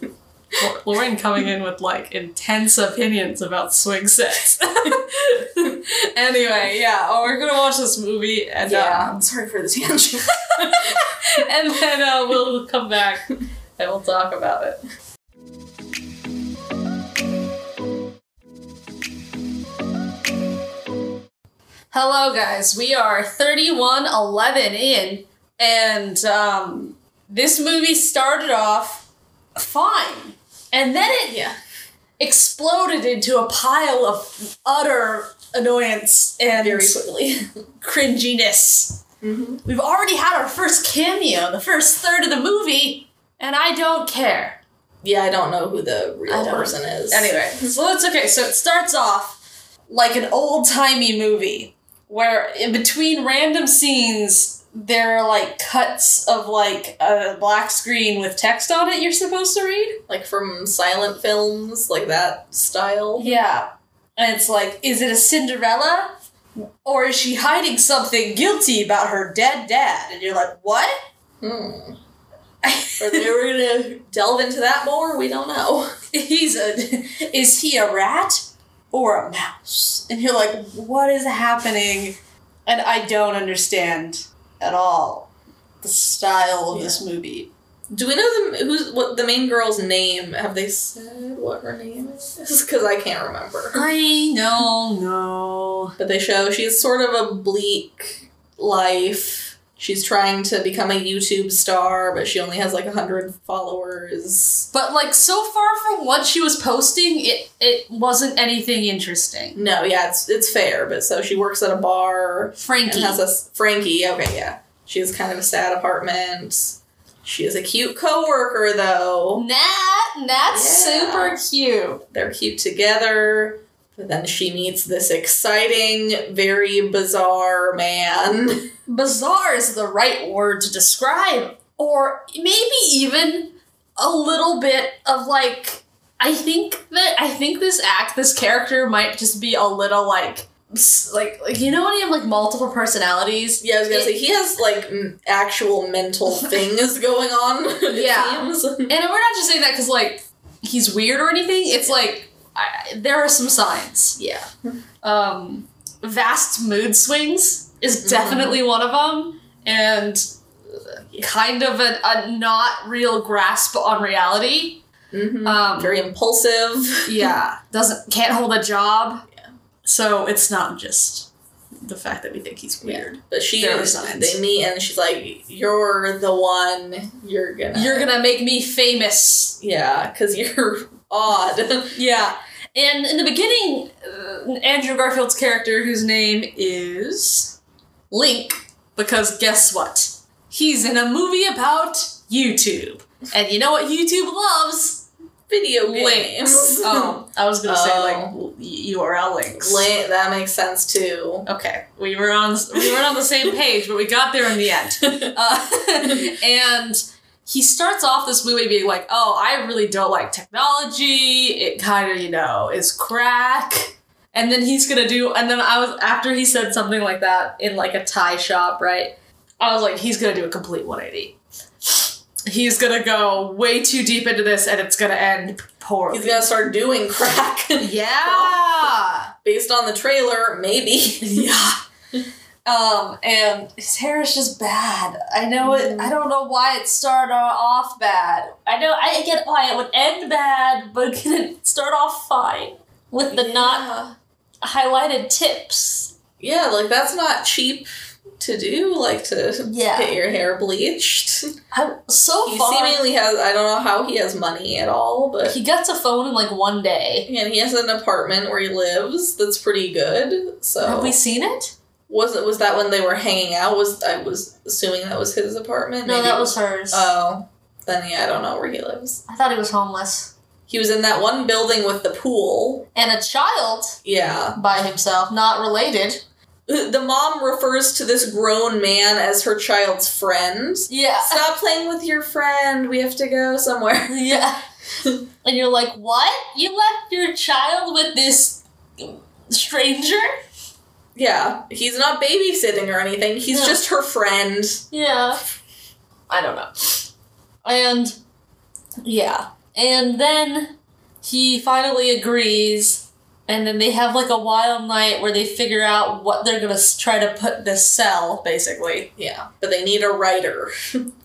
Speaker 2: L- Lauren coming in with like intense opinions about swing sets. anyway, yeah. Oh, we're gonna watch this movie and
Speaker 3: yeah,
Speaker 2: um,
Speaker 3: I'm sorry for the tangent.
Speaker 2: and then uh, we'll come back and we'll talk about it. Hello, guys. We are 3111 in, and um, this movie started off fine, and then it
Speaker 3: yeah.
Speaker 2: exploded into a pile of utter annoyance and
Speaker 3: Very quickly.
Speaker 2: cringiness.
Speaker 3: Mhm.
Speaker 2: We've already had our first cameo, the first third of the movie, and I don't care.
Speaker 3: Yeah, I don't know who the
Speaker 2: I
Speaker 3: real
Speaker 2: don't-
Speaker 3: person is.
Speaker 2: Anyway, so it's okay. So it starts off like an old timey movie where in between random scenes there are like cuts of like a black screen with text on it you're supposed to read.
Speaker 3: Like from silent films, like that style.
Speaker 2: Yeah. And it's like, is it a Cinderella? Or is she hiding something guilty about her dead dad? And you're like, what?
Speaker 3: Hmm. Or they were gonna delve into that more? We don't know.
Speaker 2: He's a is he a rat or a mouse? And you're like, what is happening? And I don't understand at all the style of this movie.
Speaker 3: Do we know the who's what the main girl's name? Have they said what her name is? Because I can't remember.
Speaker 2: I don't know.
Speaker 3: But they show she's sort of a bleak life. She's trying to become a YouTube star, but she only has like hundred followers.
Speaker 2: But like so far from what she was posting, it it wasn't anything interesting.
Speaker 3: No, yeah, it's it's fair. But so she works at a bar.
Speaker 2: Frankie.
Speaker 3: And has a s- Frankie. Okay, yeah. She has kind of a sad apartment. She is a cute coworker, though.
Speaker 2: Nat, Nat's
Speaker 3: Yeah.
Speaker 2: super cute.
Speaker 3: They're cute together. But then she meets this exciting, very bizarre man.
Speaker 2: Bizarre is the right word to describe, or maybe even a little bit of like. I think that I think this act, this character might just be a little like, s- like, like you know when you have like multiple personalities.
Speaker 3: Yeah, I was gonna say he has like m- actual mental things going on. it
Speaker 2: Yeah.
Speaker 3: seems.
Speaker 2: And we're not just saying that because like he's weird or anything. It's like I, there are some signs.
Speaker 3: yeah.
Speaker 2: um, vast mood swings is definitely one of them, and kind of a, a not real grasp on reality.
Speaker 3: hmm
Speaker 2: Um,
Speaker 3: very impulsive.
Speaker 2: yeah, doesn't can't hold a job, so it's not just the fact that we think he's
Speaker 3: Yeah.
Speaker 2: weird.
Speaker 3: But she
Speaker 2: There were signs.
Speaker 3: they meet and she's like, "You're the one. You're gonna.
Speaker 2: You're gonna make me famous.
Speaker 3: Yeah, because you're odd.
Speaker 2: Yeah. And in the beginning, uh, Andrew Garfield's character, whose name is Link, because guess what? He's in a movie about YouTube. And you know what YouTube loves?
Speaker 3: Video
Speaker 2: Links.
Speaker 3: games.
Speaker 2: Oh, I was gonna say like
Speaker 3: Oh.
Speaker 2: l- URL links.
Speaker 3: Link, that makes sense too.
Speaker 2: Okay, we were on we were on the same page, but we got there in the end. Uh, and he starts off this movie being like, "Oh, I really don't like technology. It kind of, you know, is crack." And then he's gonna do. And then I was after he said something like that in like a tie shop, right? I was like, he's gonna do a complete 180. He's gonna go way too deep into this, and it's gonna end poorly.
Speaker 3: He's gonna start doing crack
Speaker 2: yeah.
Speaker 3: based on the trailer, maybe.
Speaker 2: yeah. Um, and his hair is just bad. I know it. I don't know why it started off bad. I know I get why it would end bad, but can it start off fine with the not highlighted tips?
Speaker 3: Yeah, like that's not cheap to do. Like to
Speaker 2: Yeah.
Speaker 3: get your hair bleached.
Speaker 2: I'm so
Speaker 3: He
Speaker 2: far.
Speaker 3: seemingly has. I don't know how he has money at all, but
Speaker 2: he gets a phone in like one day.
Speaker 3: and he has an apartment where he lives that's pretty good. So
Speaker 2: Have we seen it?
Speaker 3: was it was that when they were hanging out? Was I was assuming that was his apartment?
Speaker 2: No,
Speaker 3: Maybe-
Speaker 2: that was hers.
Speaker 3: Oh, then yeah, I don't know where he lives.
Speaker 2: Uh, I thought he was homeless
Speaker 3: He was in that one building with the pool.
Speaker 2: and a child
Speaker 3: Yeah,
Speaker 2: by himself, not related.
Speaker 3: the mom refers to this grown man as her child's friend.
Speaker 2: Yeah.
Speaker 3: Stop playing with your friend. We have to go somewhere.
Speaker 2: Yeah. and you're like, what? You left your child with this stranger?
Speaker 3: Yeah, he's not babysitting or anything. He's
Speaker 2: No.
Speaker 3: just her friend.
Speaker 2: Yeah. I don't know. And yeah. And then he finally agrees. And then they have like a wild night where they figure out what they're gonna s- try to put in this cell, basically.
Speaker 3: Yeah, but they need a writer.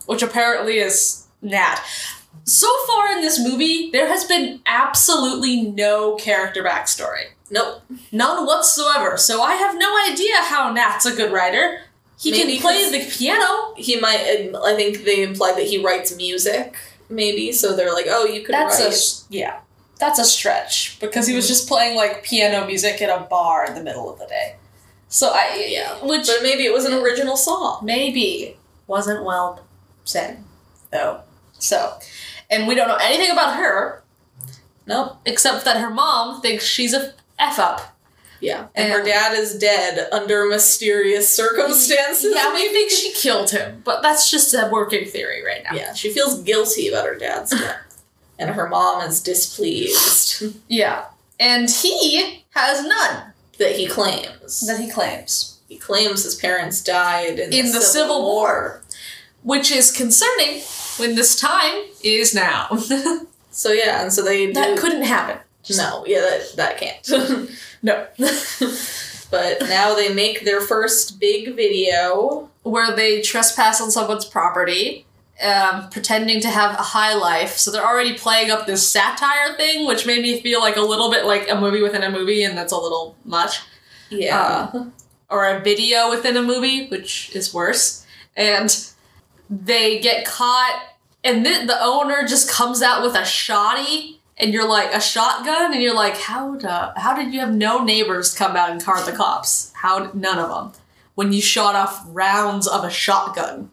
Speaker 2: which apparently is Nat. So far in this movie, there has been absolutely no character backstory.
Speaker 3: Nope.
Speaker 2: None whatsoever. So I have no idea how Nat's a good writer. He
Speaker 3: Maybe
Speaker 2: can play
Speaker 3: 'cause-
Speaker 2: the piano.
Speaker 3: He might. I think they implied that he writes music, maybe. So they're like, "Oh, you could
Speaker 2: That's
Speaker 3: write."
Speaker 2: a yeah. That's a stretch because he was just playing like piano music at a bar in the middle of the day. So I
Speaker 3: Yeah.
Speaker 2: which
Speaker 3: but maybe it was an original song.
Speaker 2: maybe wasn't well said though. So, and we don't know anything about her.
Speaker 3: Nope.
Speaker 2: except that her mom thinks she's a f up.
Speaker 3: Yeah. And, her
Speaker 2: And-
Speaker 3: dad is dead under mysterious circumstances.
Speaker 2: Yeah, we think she killed him, but that's just a working theory right now.
Speaker 3: Yeah, she feels guilty about her dad's death. and her mom is displeased
Speaker 2: Yeah. and he has none
Speaker 3: that he claims.
Speaker 2: that he claims,
Speaker 3: he claims his parents died in,
Speaker 2: In the Civil War. which is concerning when this time is now. that
Speaker 3: So yeah, and so they do-
Speaker 2: couldn't happen.
Speaker 3: No, yeah, that, that can't.
Speaker 2: No,
Speaker 3: but now they make their first big video.
Speaker 2: where they trespass on someone's property. Um, pretending to have a high life, so they're already playing up this satire thing, which made me feel like a little bit like a movie within a movie, and that's a little much.
Speaker 3: Yeah.
Speaker 2: Ah. or a video within a movie, which is worse. And they get caught, and then the owner just comes out with a shoddy, and you're like a shotgun, and you're like, how da, how did you have no neighbors come out and car the cops? How did- none of them when you shot off rounds of a shotgun,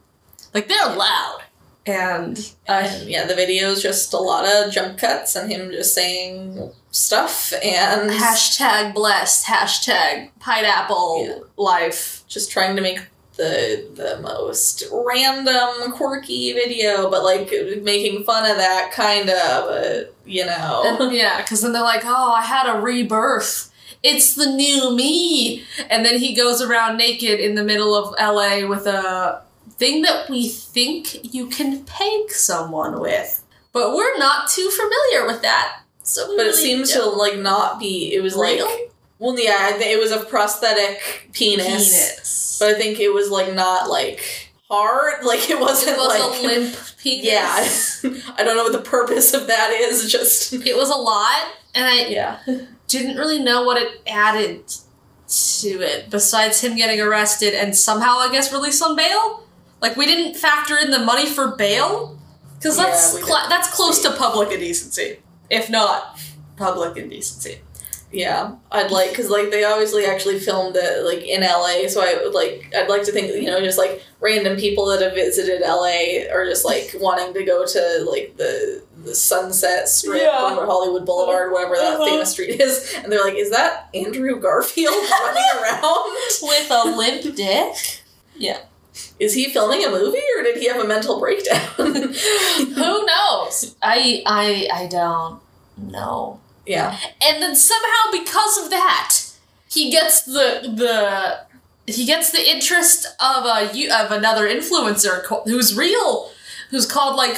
Speaker 2: like they're loud. And uh,
Speaker 3: and yeah, the video is just a lot of jump cuts and him just saying stuff and
Speaker 2: hashtag blessed, hashtag pineapple
Speaker 3: Yeah.
Speaker 2: life.
Speaker 3: just trying to make the the most random quirky video but like making fun of that kind of but, you know
Speaker 2: And- yeah, because then they're like, oh, I had a rebirth. It's the new me. And then he goes around naked in the middle of LA with a thing that we think you can peg someone with. But we're not too familiar with that. So we
Speaker 3: but it
Speaker 2: really
Speaker 3: seems
Speaker 2: don't-
Speaker 3: to like not be it was like
Speaker 2: Real?
Speaker 3: well yeah I think it was a prosthetic
Speaker 2: penis.
Speaker 3: But I think it was like not like hard. Like it wasn't
Speaker 2: it was
Speaker 3: like
Speaker 2: a limp penis.
Speaker 3: yeah. I don't know what the purpose of that is. Just
Speaker 2: It was a lot, and I
Speaker 3: yeah,
Speaker 2: didn't really know what it added to it besides him getting arrested and somehow, I guess, released on bail? Like, we didn't factor in the money for bail? Because
Speaker 3: Yeah,
Speaker 2: that's,
Speaker 3: we
Speaker 2: cla
Speaker 3: didn't.
Speaker 2: that's close to public indecency, if not public indecency.
Speaker 3: Yeah, I'd like because like they obviously actually filmed it like in LA, so I would like I'd like to think you know just like random people that have visited LA are just like wanting to go to like the the Sunset Strip
Speaker 2: Yeah.
Speaker 3: or Hollywood Boulevard, whatever that
Speaker 2: Uh-huh.
Speaker 3: famous street is, and they're like, is that Andrew Garfield running around?
Speaker 2: With a limp dick?
Speaker 3: Is he filming a movie or did he have a mental breakdown?
Speaker 4: Who knows? I I I don't know.
Speaker 3: yeah,
Speaker 2: and then somehow because of that he gets the the he gets the interest of a you- of another influencer co- who's real who's called like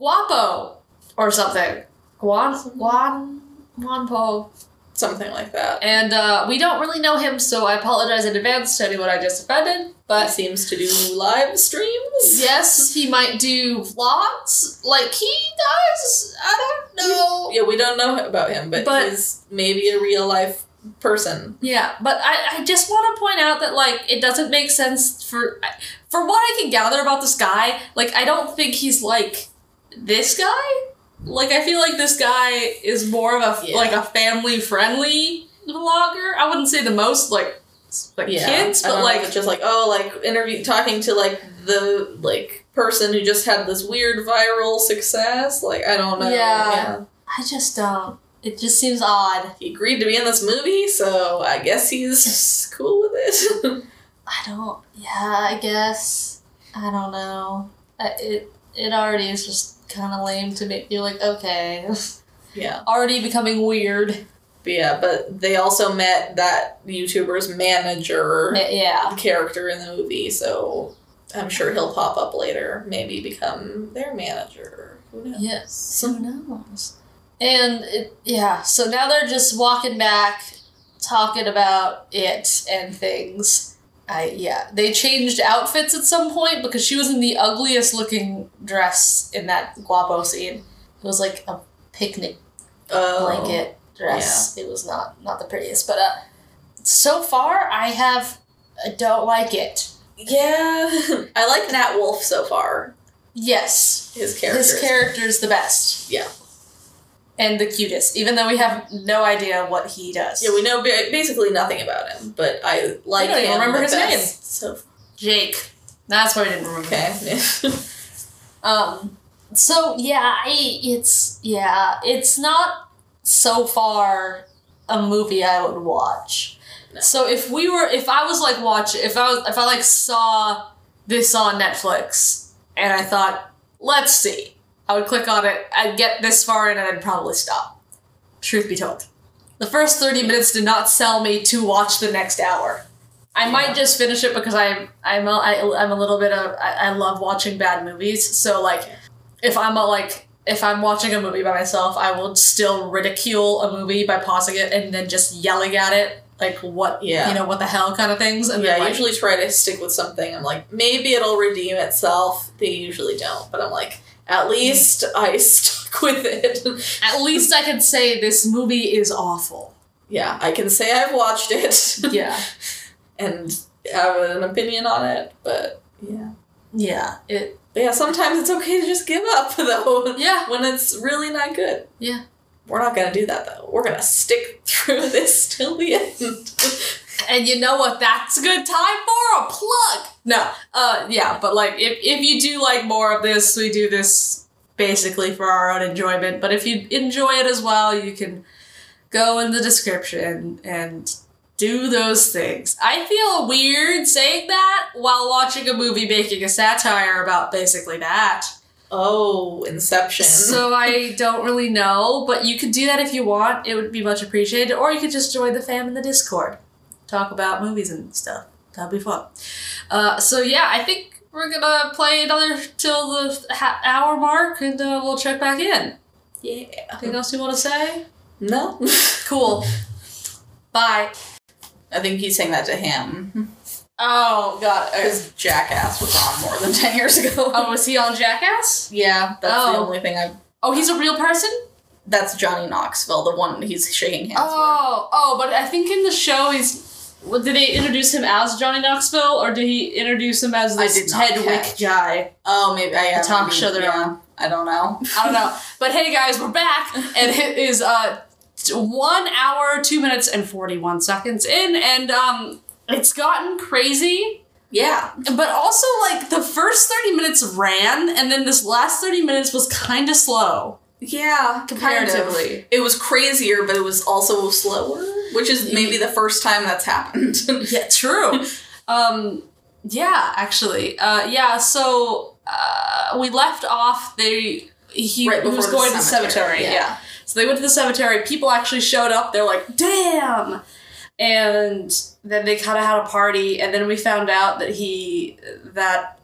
Speaker 2: guapo or something guan guan guanpo
Speaker 3: something like that.
Speaker 2: and uh, we don't really know him so i apologize in advance to anyone i just offended
Speaker 3: He
Speaker 2: but
Speaker 3: seems to do live streams.
Speaker 2: yes he might do vlogs like he does i don't know
Speaker 3: Yeah, we don't know about him, but,
Speaker 2: But-
Speaker 3: he's maybe a real life person.
Speaker 2: Yeah, but I, I just want to point out that like it doesn't make sense for for what I can gather about this guy. Like I don't think he's like this guy. Like I feel like this guy is more of a
Speaker 3: Yeah.
Speaker 2: like a family friendly vlogger. I wouldn't say the most like s- like
Speaker 3: Yeah,
Speaker 2: kids,
Speaker 3: I
Speaker 2: but
Speaker 3: don't know if
Speaker 2: like
Speaker 3: it's just like oh, like interview talking to like the like person who just had this weird viral success. Like I don't know.
Speaker 4: Yeah. I just don't. It just seems odd.
Speaker 3: he agreed to be in this movie, so I guess he's cool with it.
Speaker 4: I don't. Yeah, I guess. I don't know. I, it it already is just kind of lame to me. You're like, okay,
Speaker 3: yeah,
Speaker 4: already becoming weird.
Speaker 3: but yeah, but they also met that YouTuber's manager.
Speaker 4: Ma- Yeah.
Speaker 3: character in the movie, so I'm sure he'll pop up later, maybe become their manager. Who knows?
Speaker 4: Yes. Who knows? And it, yeah, so now they're just walking back, talking about it and things. I yeah, they changed outfits at some point because she was in the ugliest looking dress in that guapo scene. It was like a picnic
Speaker 3: Oh,
Speaker 4: blanket dress. It was not not the prettiest, but uh, so far I have I don't like it.
Speaker 3: Yeah. I like Nat Wolf so far.
Speaker 4: Yes,
Speaker 3: His character.
Speaker 4: his character's the best.
Speaker 3: Yeah.
Speaker 4: And the cutest, even though we have no idea what he does.
Speaker 3: Yeah, we know ba- basically nothing about him, but I
Speaker 2: I
Speaker 3: like
Speaker 2: don't
Speaker 3: him.
Speaker 2: even remember
Speaker 3: the
Speaker 2: his
Speaker 3: best.
Speaker 2: name.
Speaker 3: So
Speaker 2: Jake. That's why I didn't remember.
Speaker 3: okay.
Speaker 4: Um. So yeah, I, it's yeah, it's not so far a movie I would watch.
Speaker 3: No.
Speaker 2: So if we were, if I was like watch, if I was, if I like saw this on Netflix and I thought, let's see, I would click on it. I'd get this far in and I'd probably stop. Truth be told, the first thirty minutes did not sell me to watch the next hour. I
Speaker 3: Yeah.
Speaker 2: might just finish it because I I'm a, I, I'm a little bit of I, I love watching bad movies. So like, if I'm a, like if I'm watching a movie by myself, I will still ridicule a movie by pausing it and then just yelling at it like what
Speaker 3: Yeah.
Speaker 2: you know what the hell kind of things. And
Speaker 3: yeah,
Speaker 2: then,
Speaker 3: I
Speaker 2: like,
Speaker 3: usually try to stick with something. I'm like, maybe it'll redeem itself. They usually don't, but I'm like, at least I stuck with it.
Speaker 2: at least I can say this movie is awful.
Speaker 3: yeah, I can say I've watched it.
Speaker 2: Yeah,
Speaker 3: and have an opinion on it, but yeah.
Speaker 2: yeah, it
Speaker 3: But yeah, sometimes it's okay to just give up though
Speaker 2: yeah.
Speaker 3: when it's really not good.
Speaker 2: Yeah.
Speaker 3: We're not gonna do that though. We're gonna stick through this till the end.
Speaker 2: And you know what? That's a good time for a plug. No, uh, yeah, but like if if you do like more of this, we do this basically for our own enjoyment. But if you enjoy it as well, you can go in the description and do those things. I feel weird saying that while watching a movie making a satire about basically that.
Speaker 3: oh, Inception.
Speaker 2: So I don't really know, but you could do that if you want. It would be much appreciated. Or you could just join the fam in the Discord. Talk about movies and stuff. That'd be fun. Uh, so yeah, I think we're gonna play another till the ha- hour mark, and uh, we'll check back in.
Speaker 3: yeah.
Speaker 2: Anything else you want to say?
Speaker 3: No.
Speaker 2: Cool. Bye.
Speaker 3: I think he's saying that to him.
Speaker 2: Oh god.
Speaker 3: His jackass was on more than ten years ago.
Speaker 2: Oh, was he on Jackass?
Speaker 3: yeah, that's the
Speaker 2: Oh.
Speaker 3: only thing I
Speaker 2: Oh, he's a real person.
Speaker 3: that's Johnny Knoxville, the one he's shaking hands
Speaker 2: Oh, oh, but I think in the show he's What, did they introduce him as Johnny Knoxville, or did he introduce him as
Speaker 3: I
Speaker 2: this
Speaker 3: did not
Speaker 2: Ted Wick
Speaker 3: catch.
Speaker 2: guy?
Speaker 3: Oh, maybe I
Speaker 2: The
Speaker 3: am.
Speaker 2: talk
Speaker 3: maybe-
Speaker 2: show they're
Speaker 3: yeah.
Speaker 2: on.
Speaker 3: I don't know.
Speaker 2: I don't know. But hey, guys, we're back, and it is uh t- one hour, two minutes, and forty-one seconds in, and um, it's gotten crazy.
Speaker 3: Yeah,
Speaker 2: But also, like the first thirty minutes ran, and then this last thirty minutes was kind of slow
Speaker 3: yeah.
Speaker 2: comparatively.
Speaker 3: it was crazier, but it was also slower, which is maybe the first time that's happened.
Speaker 2: Yeah, true. um, yeah, actually, uh, yeah. So uh, we left off. They he, he was going to the cemetery.
Speaker 3: Yeah.
Speaker 2: Yeah. So they went to the cemetery. People actually showed up. They're like, damn. And then they kind of had a party, and then we found out that he that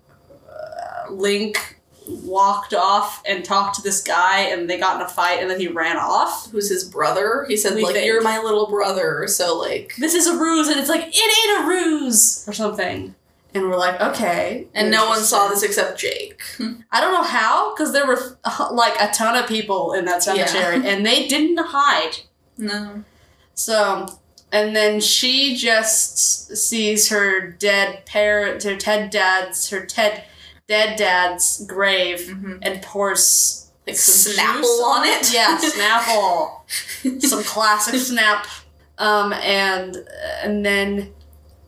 Speaker 2: uh, Link walked off and talked to this guy, and they got in a fight, and then he ran off.
Speaker 3: Who's his brother? He said,
Speaker 2: We
Speaker 3: like,
Speaker 2: think.
Speaker 3: you're my little brother. So, like,
Speaker 2: This is a ruse, and it's like it ain't a ruse or something. And we're like, okay.
Speaker 3: and no one saw
Speaker 2: this.
Speaker 3: this except Jake.
Speaker 2: I don't know how, because there were uh, like a ton of people in that cemetery, and they didn't hide.
Speaker 3: No.
Speaker 2: So, and then she just sees her dead parent, her dead dad's, her dead dead dad's grave,
Speaker 3: Mm-hmm.
Speaker 2: and pours
Speaker 3: Like
Speaker 2: some
Speaker 3: some Snapple
Speaker 2: juice
Speaker 3: on it.
Speaker 2: Yeah, Snapple, some classic Snap. Um, and and then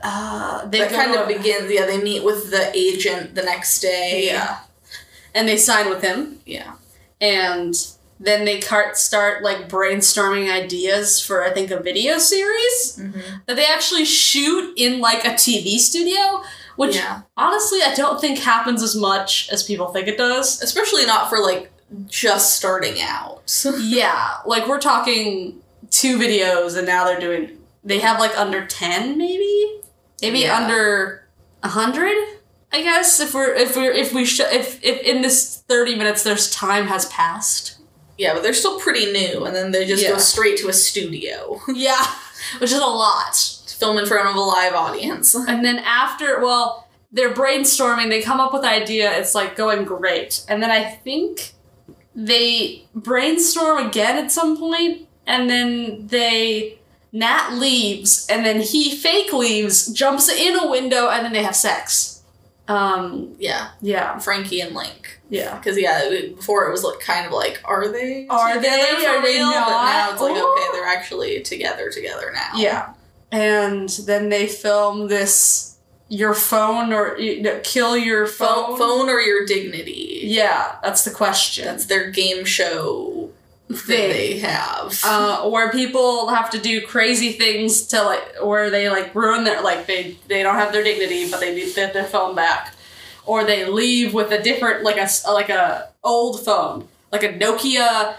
Speaker 2: uh, they
Speaker 3: that
Speaker 2: go
Speaker 3: kind
Speaker 2: to-
Speaker 3: of begins. Yeah, they meet with the agent the next day.
Speaker 2: Yeah. and they sign with him.
Speaker 3: Yeah.
Speaker 2: and then they cart start like brainstorming ideas for I think a video series
Speaker 3: Mm-hmm.
Speaker 2: that they actually shoot in like a TV studio, which
Speaker 3: yeah.
Speaker 2: honestly I don't think happens as much as people think it does.
Speaker 3: Especially not for, like, just starting out.
Speaker 2: yeah, like we're talking two videos and now they're doing they have like under 10 maybe? Maybe
Speaker 3: Yeah.
Speaker 2: under 100? I guess if we're if we're if we sh- if if in this 30 minutes there's time has passed.
Speaker 3: yeah, but they're still pretty new. And then they just
Speaker 2: Yeah.
Speaker 3: go straight to a studio
Speaker 2: Yeah, which is a lot.
Speaker 3: to film in front of a live audience.
Speaker 2: And then after, well, they're brainstorming, they come up with an idea, it's like going great. And then I think they brainstorm again at some point, and then they Nat leaves, and then he fake leaves, jumps in a window, and then they have sex. Um,
Speaker 3: Yeah.
Speaker 2: yeah,
Speaker 3: Frankie and Link.
Speaker 2: yeah.
Speaker 3: Because, yeah, it- before it was, like, kind of like, are they?
Speaker 2: Are
Speaker 3: together
Speaker 2: they?
Speaker 3: For
Speaker 2: Are they
Speaker 3: real? But now
Speaker 2: not?
Speaker 3: it's like,
Speaker 2: Ooh.
Speaker 3: okay, they're actually together, together now.
Speaker 2: Yeah. And then they film this your phone or you know, kill your
Speaker 3: Phone,
Speaker 2: phone.
Speaker 3: phone or your dignity?
Speaker 2: Yeah, that's the question.
Speaker 3: That's their game show that they have.
Speaker 2: uh, where people have to do crazy things to like where they like ruin their like they they don't have their dignity but they need their, their phone back or they leave with a different like a s- like a old phone like a nokia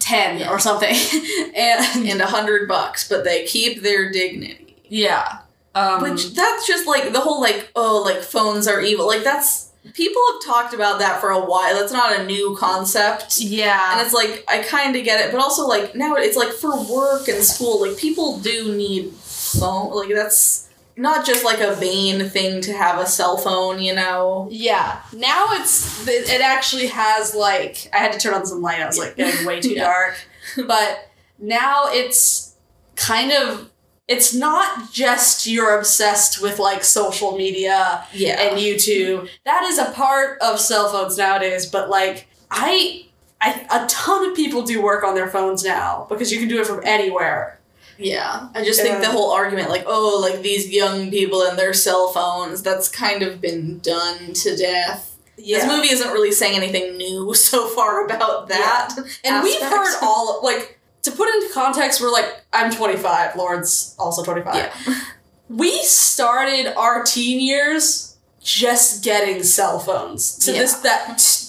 Speaker 2: 10
Speaker 3: Yeah.
Speaker 2: or something and
Speaker 3: and a hundred bucks, but they keep their dignity.
Speaker 2: yeah um,
Speaker 3: Which that's just like the whole like oh like phones are evil. Like that's people have talked about that for a while. That's not a new concept.
Speaker 2: yeah
Speaker 3: And it's like I kind of get it, but also like now it's like for work and school. Like people do need phone. Like that's not just like a vain thing to have a cell phone. You know.
Speaker 2: Yeah. Now it's it it actually has like I had to turn on some light. I was like getting way too
Speaker 3: Yeah.
Speaker 2: dark. But now it's kind of it's not just you're obsessed with like social media
Speaker 3: Yeah.
Speaker 2: and YouTube. That is a part of cell phones nowadays, but like I I a ton of people do work on their phones now because you can do it from anywhere.
Speaker 3: Yeah, I just think the
Speaker 2: Um,
Speaker 3: whole argument, like, oh, like these young people and their cell phones, that's kind of been done to death. This movie isn't really saying anything new so far about that.
Speaker 2: And we've
Speaker 3: aspect.
Speaker 2: heard all like to put into context, we're like, I'm 25. Lauren's also 25. We started our teen years just getting cell phones to
Speaker 3: Yeah.
Speaker 2: this that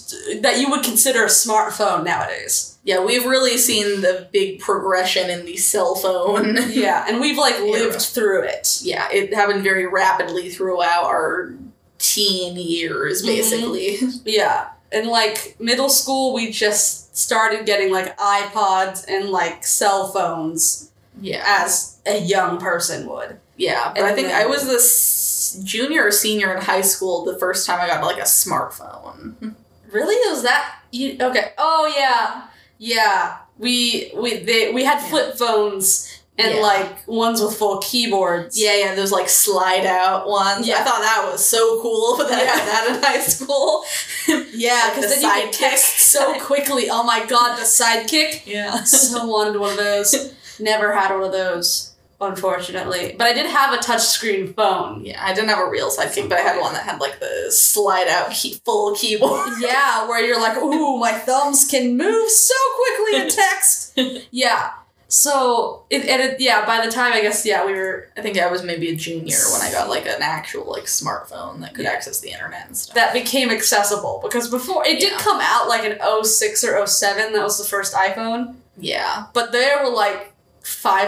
Speaker 2: that you would consider a smartphone nowadays.
Speaker 3: Yeah, we've really seen the big progression in the cell phone.
Speaker 2: Yeah, and we've like lived
Speaker 3: Era.
Speaker 2: through it.
Speaker 3: yeah, it happened very rapidly throughout our teen years,
Speaker 2: Mhm.
Speaker 3: basically.
Speaker 2: Yeah. And like middle school, we just started getting like iPods and like cell phones
Speaker 3: Yeah.
Speaker 2: as a young person would.
Speaker 3: Yeah, but
Speaker 2: And
Speaker 3: I think
Speaker 2: then-
Speaker 3: I was this junior or senior in high school the first time I got like a smartphone.
Speaker 2: Really? It was that you okay. Oh yeah. Yeah. We we they we had
Speaker 3: Yeah.
Speaker 2: flip phones and
Speaker 4: Yeah.
Speaker 2: like ones with full keyboards.
Speaker 3: Yeah, yeah, those like slide out ones. I
Speaker 2: Yeah.
Speaker 3: thought that was so cool, but then I had that in high school.
Speaker 2: yeah,
Speaker 3: Like
Speaker 2: because then
Speaker 3: the
Speaker 2: you
Speaker 3: sidekick.
Speaker 2: could text so quickly. Oh my god, the sidekick!
Speaker 3: Yeah.
Speaker 2: so wanted one of those. Never had one of those, unfortunately. But I did have a touchscreen phone.
Speaker 3: Yeah, I didn't have a real sidekick, but I had one that had like the slide out key- full keyboard.
Speaker 2: Yeah, where you're like, ooh, my thumbs can move so quickly to text. Yeah. So it, and it yeah, by the time I guess yeah, we were
Speaker 3: I think I was maybe a junior when I got like an actual like smartphone that could access the internet and stuff.
Speaker 2: that became accessible because before it did
Speaker 3: Yeah.
Speaker 2: come out like an 06 or 07, that was the first iPhone,
Speaker 3: yeah,
Speaker 2: but they were like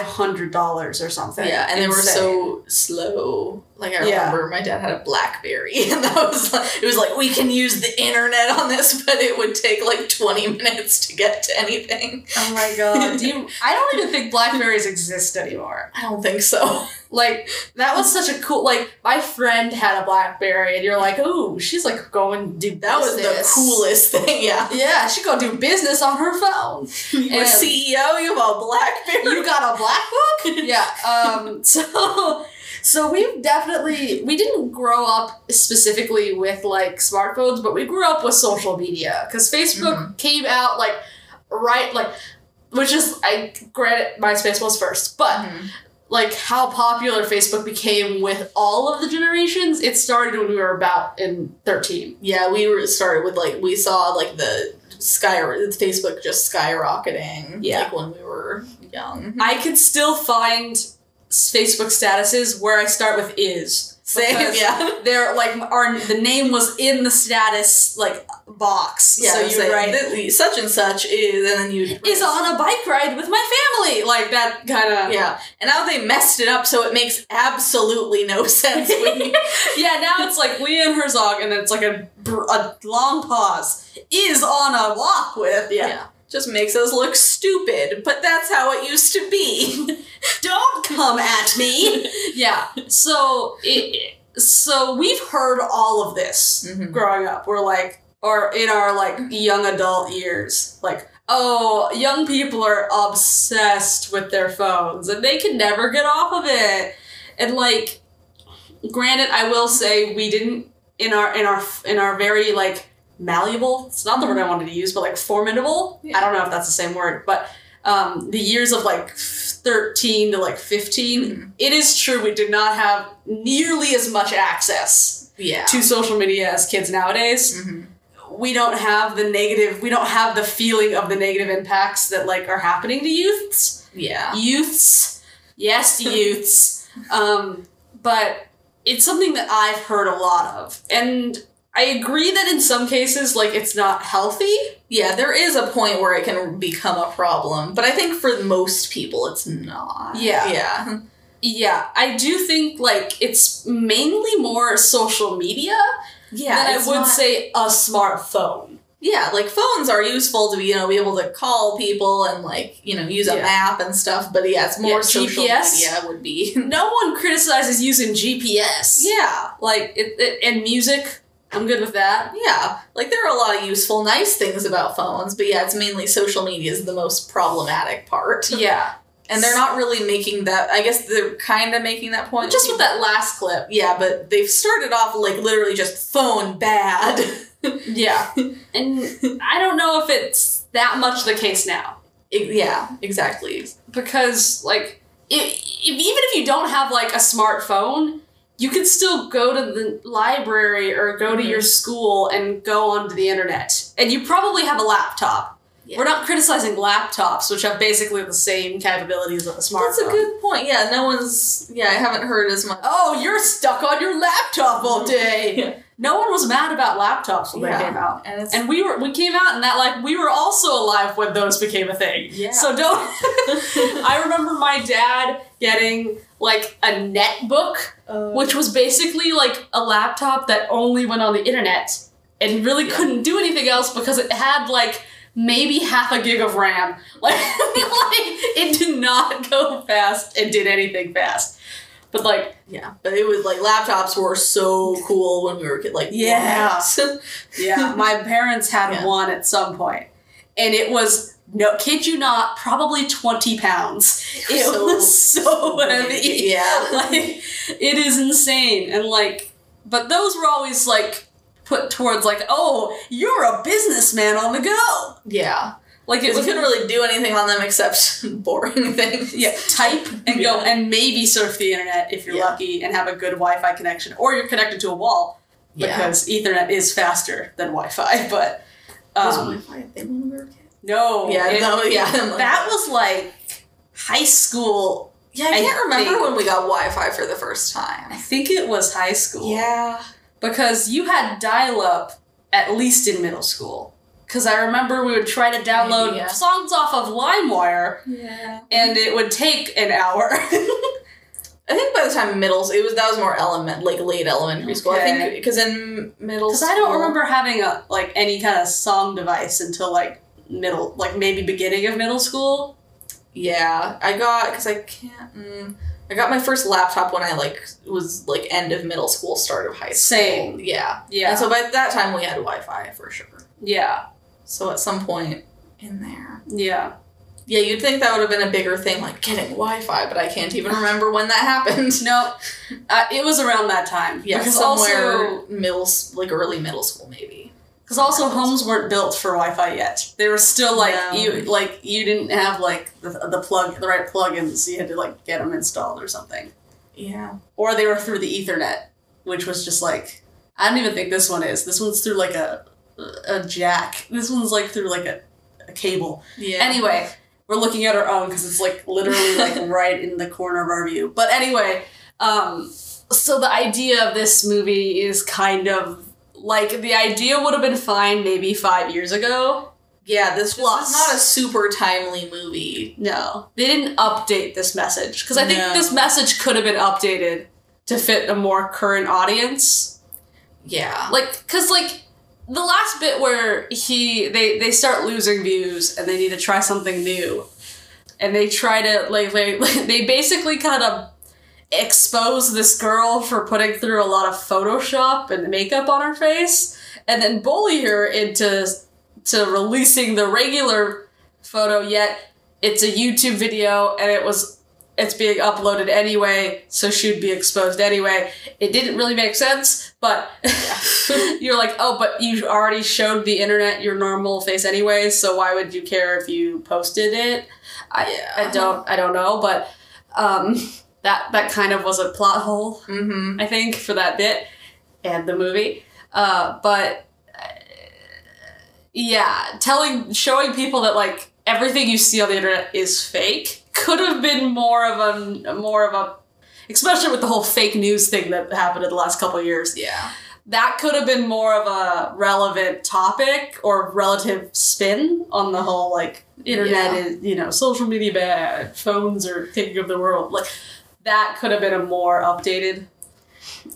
Speaker 2: $500 or something.
Speaker 3: yeah, and they were
Speaker 2: Insane.
Speaker 3: so slow. Like I
Speaker 2: Yeah.
Speaker 3: remember my dad had a BlackBerry, and that was like, it was like we can use the internet on this, but it would take like twenty minutes to get to anything.
Speaker 2: Oh my god. Do you I don't even think Blackberries exist anymore.
Speaker 3: I don't think so.
Speaker 2: Like that was such a cool. Like my friend had a BlackBerry, and you're like, "Ooh, she's like going to do
Speaker 3: That was the
Speaker 2: business."
Speaker 3: coolest thing. Yeah,
Speaker 2: Yeah, she gonna do business on her phone.
Speaker 3: you're
Speaker 2: And-
Speaker 3: CEO. E You have a BlackBerry.
Speaker 2: you got a black book? Yeah. Um. So, so we've definitely we didn't grow up specifically with like smartphones, but we grew up with social media because Facebook came out like right like, which is I granted MySpace was first, but
Speaker 3: Mhm.
Speaker 2: like how popular Facebook became with all of the generations, it started when we were about in 13.
Speaker 3: Yeah, we were started with like we saw like the sky Facebook just skyrocketing.
Speaker 2: Yeah. Mm-hmm.
Speaker 3: like when we were young.
Speaker 2: I can still find s- Facebook statuses where I start with is.
Speaker 3: Same,
Speaker 2: Because
Speaker 3: yeah.
Speaker 2: They're like our the name was in the status like box.
Speaker 3: Yeah,
Speaker 2: so
Speaker 3: so
Speaker 2: you write
Speaker 3: such and such is, and then you
Speaker 2: is on a bike ride with my family. Like that kind of
Speaker 3: Yeah, and now they messed it up, so it makes absolutely no sense. When you,
Speaker 2: yeah, now it's like Leah and Herzog, and then it's like a, br- a long pause. Is on a walk with.
Speaker 3: yeah. just makes us look stupid, but that's how it used to be.
Speaker 2: don't come at me. yeah. So it, so we've heard all of this
Speaker 3: Mhm.
Speaker 2: growing up. We're like, or in our like young adult years, like, oh, young people are obsessed with their phones and they can never get off of it. And like, granted, I will say we didn't in our in our in our very like malleable. It's not the word I wanted to use, but like formidable. I don't know if that's the same word, but um, the years of like 13 to like 15,
Speaker 3: Mm-hmm.
Speaker 2: it is true we did not have nearly as much access
Speaker 3: yeah.
Speaker 2: to social media as kids nowadays.
Speaker 3: Mhm.
Speaker 2: We don't have the negative, we don't have the feeling of the negative impacts that like are happening to youths.
Speaker 3: Yeah.
Speaker 2: Youths, yes, to youths. um, but it's something that I've heard a lot of. And I agree that in some cases, like, it's not healthy.
Speaker 3: Yeah, there is a point where it can become a problem, but I think for most people it's not.
Speaker 2: Yeah.
Speaker 3: Yeah.
Speaker 2: Yeah, I do think like it's mainly more social media
Speaker 3: Yeah.
Speaker 2: than I
Speaker 3: it's
Speaker 2: would
Speaker 3: not-
Speaker 2: say a smartphone.
Speaker 3: Yeah, like phones are useful to be, you know, be able to call people and like, you know, use a
Speaker 2: Yeah.
Speaker 3: map and stuff, but yeah, it's more
Speaker 2: Yeah,
Speaker 3: social
Speaker 2: GPS.
Speaker 3: media would be.
Speaker 2: No one criticizes using GPS.
Speaker 3: Yeah.
Speaker 2: like it, it and music. I'm good with that.
Speaker 3: Yeah. Like there are a lot of useful, nice things about phones, but yeah, it's mainly social media is the most problematic part.
Speaker 2: Yeah,
Speaker 3: And they're not really making that I guess they're kinda making that point.
Speaker 2: just with that last clip.
Speaker 3: Yeah, but they've started off like literally just phone bad.
Speaker 2: Yeah, and I don't know if it's that much the case now
Speaker 3: Ex- yeah, exactly.
Speaker 2: because like i if, even if you don't have like a smartphone. You can still go to the library or go to
Speaker 3: Mhm.
Speaker 2: your school and go onto the internet. And you probably have a laptop.
Speaker 3: Yeah.
Speaker 2: We're not criticizing laptops, which have basically the same capabilities of a smartphone.
Speaker 3: That's a good point. Yeah, no one's. Yeah, I haven't heard as much.
Speaker 2: Oh, you're stuck on your laptop all day.
Speaker 3: Mm-hmm. Yeah.
Speaker 2: No one was mad about laptops when
Speaker 3: Yeah.
Speaker 2: they came out.
Speaker 3: And it's,
Speaker 2: And we were we came out and that like we were also alive when those became a thing.
Speaker 3: Yeah.
Speaker 2: So don't I remember my dad getting like a netbook,
Speaker 3: uh,
Speaker 2: which was basically like a laptop that only went on the internet and really couldn't do anything else because it had like maybe half a gig of RAM. Like, like it did not go fast and did anything fast. But like
Speaker 3: yeah, but it was like laptops were so cool when we were kids. Like
Speaker 2: Yeah.
Speaker 3: what?
Speaker 2: Yeah, my parents had
Speaker 3: Yeah.
Speaker 2: one at some point, and it was no, kid you not, probably 20 pounds. It
Speaker 3: So
Speaker 2: was so heavy.
Speaker 3: yeah.
Speaker 2: Like, it is insane. And like, but those were always like put towards like, oh, you're a businessman on the go.
Speaker 3: Yeah.
Speaker 2: Like, it
Speaker 3: Because we
Speaker 2: was
Speaker 3: couldn't really do anything on them except boring things.
Speaker 2: yeah, type and go
Speaker 3: Yeah.
Speaker 2: and maybe surf the internet if you're
Speaker 3: Yeah.
Speaker 2: lucky and have a good Wi-Fi connection, or you're connected to a wall
Speaker 3: Yeah.
Speaker 2: because Ethernet is faster than Wi-Fi. But um, no,
Speaker 3: Yeah,
Speaker 2: it-
Speaker 3: no, yeah.
Speaker 2: that was like high school.
Speaker 3: yeah, I can't remember
Speaker 2: think-
Speaker 3: when we got Wi Fi for the first
Speaker 2: I
Speaker 3: time.
Speaker 2: think it was high school.
Speaker 3: Yeah.
Speaker 2: because you had dial-up at least in middle school. Because I remember we would try to download
Speaker 3: Yeah.
Speaker 2: songs off of LimeWire,
Speaker 3: Yeah.
Speaker 2: and it would take an hour.
Speaker 3: I think by the time middle, it was that was more element like late elementary school. I think
Speaker 2: Okay.
Speaker 3: because in middle,
Speaker 2: Because I don't
Speaker 3: school-
Speaker 2: remember having a like any kind of song device until like middle, like maybe beginning of middle school.
Speaker 3: Yeah, I got because I can't. Mm, I got my first laptop when I like was like end of middle school, start of high school.
Speaker 2: Same.
Speaker 3: Yeah.
Speaker 2: Yeah,
Speaker 3: And so by that time we had Wi-Fi for sure.
Speaker 2: yeah,
Speaker 3: So at some point in there,
Speaker 2: yeah.
Speaker 3: yeah, you'd think that would have been a bigger thing, like getting Wi-Fi, but I can't even remember when that happened.
Speaker 2: No, uh, it was around that time.
Speaker 3: Yeah,
Speaker 2: because
Speaker 3: somewhere
Speaker 2: also
Speaker 3: middle, s- like early middle school, maybe.
Speaker 2: because also homes weren't built for Wi-Fi yet. They were still like
Speaker 3: No.
Speaker 2: you like you didn't have like the, the plug the right plugins. You had to like get them installed or something,
Speaker 3: Yeah.
Speaker 2: or they were through the Ethernet, which was just like I don't even think this one is. This one's through like a a jack. This one's like through like a, a cable.
Speaker 3: Yeah.
Speaker 2: Anyway, we're looking at our own because it's like literally like right in the corner of our view. But anyway, um, so the idea of this movie is kind of like the idea would have been fine maybe five years ago.
Speaker 3: Yeah, this this
Speaker 2: Plus.
Speaker 3: is not a super timely movie.
Speaker 2: No, they didn't update this message because I think
Speaker 3: No.
Speaker 2: this message could have been updated to fit a more current audience.
Speaker 3: Yeah.
Speaker 2: like because like the last bit where he they they start losing views and they need to try something new and they try to like they they basically kind of expose this girl for putting through a lot of photoshop and makeup on her face and then bully her into to releasing the regular photo yet it's a youtube video and it was it's being uploaded anyway so she'd be exposed anyway it didn't really make sense but you're like oh but you already showed the internet your normal face anyway so why would you care if you posted it i,
Speaker 3: Yeah.
Speaker 2: I don't i don't know but um that that kind of was a plot hole
Speaker 3: Mm-hmm.
Speaker 2: I think, for that bit and the movie. Uh, but uh, yeah, telling, showing people that like everything you see on the internet is fake could have been more of a more of a, especially with the whole fake news thing that happened in the last couple of years.
Speaker 3: Yeah.
Speaker 2: That could have been more of a relevant topic or relative spin on the whole like internet
Speaker 3: Yeah.
Speaker 2: is you know social media bad, phones are taking over the world. Like that could have been a more updated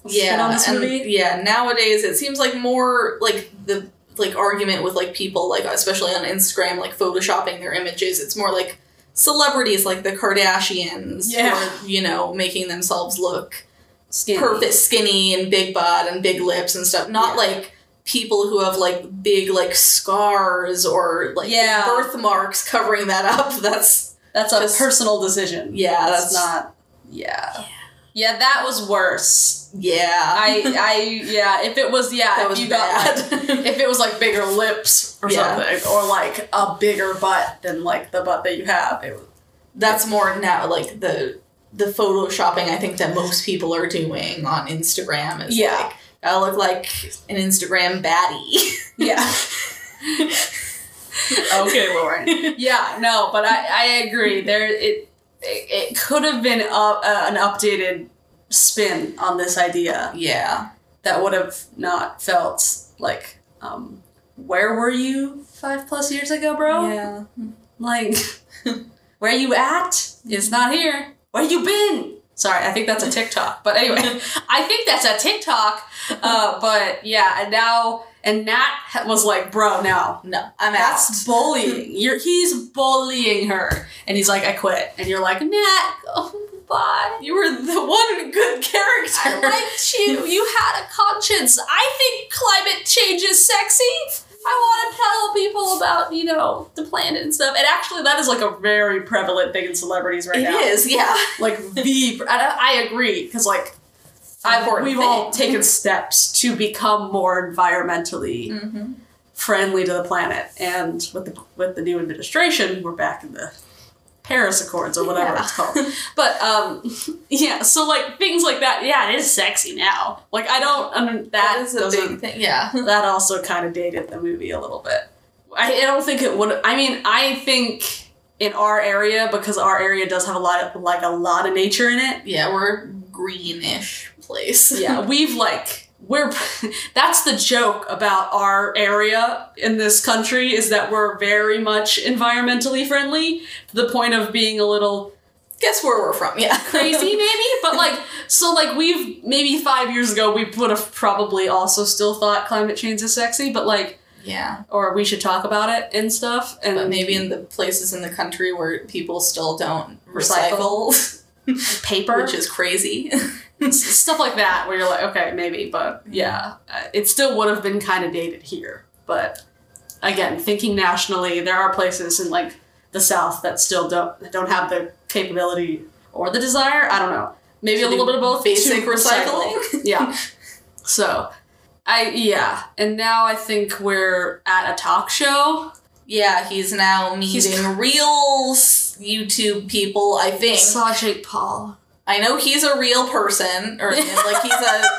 Speaker 3: yeah,
Speaker 2: spin on this
Speaker 3: and-
Speaker 2: movie.
Speaker 3: Yeah, nowadays it seems like more like the like argument with like people like especially on Instagram like photoshopping their images. It's more like celebrities like the Kardashians who
Speaker 2: Yeah.
Speaker 3: are, you know, making themselves look
Speaker 2: Skinny.
Speaker 3: perfect skinny and big butt and big lips and stuff. Not
Speaker 2: Yeah.
Speaker 3: like people who have like big like scars or like
Speaker 2: Yeah.
Speaker 3: birthmarks covering that up. That's
Speaker 2: That's a
Speaker 3: Just-
Speaker 2: personal decision.
Speaker 3: yeah,
Speaker 2: that's
Speaker 3: that's
Speaker 2: not. Yeah. Yeah, that was worse.
Speaker 3: yeah.
Speaker 2: I, I, yeah. If it was, yeah,
Speaker 3: that
Speaker 2: if
Speaker 3: was
Speaker 2: you got like,
Speaker 3: bad.
Speaker 2: if it was like bigger lips or
Speaker 3: Yeah.
Speaker 2: something, or like a bigger butt than like the butt that you have, it was
Speaker 3: that's more now like the the photoshopping I think that most people are doing on Instagram is
Speaker 2: Yeah.
Speaker 3: like I look like an Instagram baddie.
Speaker 2: yeah. okay, Lauren. Yeah, no, but I, I agree. There, it, it, it could have been up, uh, an updated spin on this idea.
Speaker 3: yeah.
Speaker 2: that would have not felt like um where were you five plus years ago bro
Speaker 3: Yeah.
Speaker 2: like where you at it's not here where you been sorry i think that's a tiktok but anyway i think that's a tiktok uh, but yeah and now and nat was like bro no
Speaker 3: No, I'm out.
Speaker 2: that's bullying you're he's bullying her and he's like i quit and you're like nat oh, bye
Speaker 3: You were the one good character.
Speaker 2: I liked you. You had a conscience. I think climate change is sexy. want to tell people about, you know, the planet and stuff. And actually, that is like a very prevalent thing in celebrities right
Speaker 3: It
Speaker 2: now.
Speaker 3: is, yeah.
Speaker 2: Like, the. and I, I agree, because, like, I,
Speaker 3: Important
Speaker 2: we've all
Speaker 3: thing.
Speaker 2: taken steps to become more environmentally
Speaker 3: Mm-hmm.
Speaker 2: friendly to the planet. And with the with the new administration, we're back in the Paris Accords or whatever
Speaker 3: Yeah.
Speaker 2: it's called. But um, yeah, so like things like that. Yeah, it is sexy now. Like I don't. I mean, that,
Speaker 3: That is a
Speaker 2: doesn't-
Speaker 3: big thing. Yeah.
Speaker 2: that also kind of dated the movie a little bit. I, I don't think it would. I mean, I think in our area because our area does have a lot of like a lot of nature in it.
Speaker 3: Yeah, we're a greenish place.
Speaker 2: yeah, we've like we're that's the joke about our area in this country is that we're very much environmentally friendly to the point of being a little
Speaker 3: Guess where we're from? Yeah.
Speaker 2: crazy maybe but like so like we've maybe 5 years ago we would have probably also still thought climate change is sexy but like
Speaker 3: yeah.
Speaker 2: or we should talk about it and stuff and
Speaker 3: But maybe in the places in the country where people still don't recycle,
Speaker 2: paper
Speaker 3: which is crazy.
Speaker 2: stuff like that where you're like okay maybe but yeah uh, it still would have been kind of dated here but again thinking nationally there are places in like the south that still don't that don't have the capability or the desire i don't know maybe
Speaker 3: To
Speaker 2: a little
Speaker 3: do
Speaker 2: bit of both
Speaker 3: basic
Speaker 2: to recycle. yeah so i yeah and now i think we're at a talk show
Speaker 3: yeah, he's now meeting
Speaker 2: He's-
Speaker 3: real s- YouTube people, I think.
Speaker 2: saw jake paul
Speaker 3: I know he's a real person, or like he's a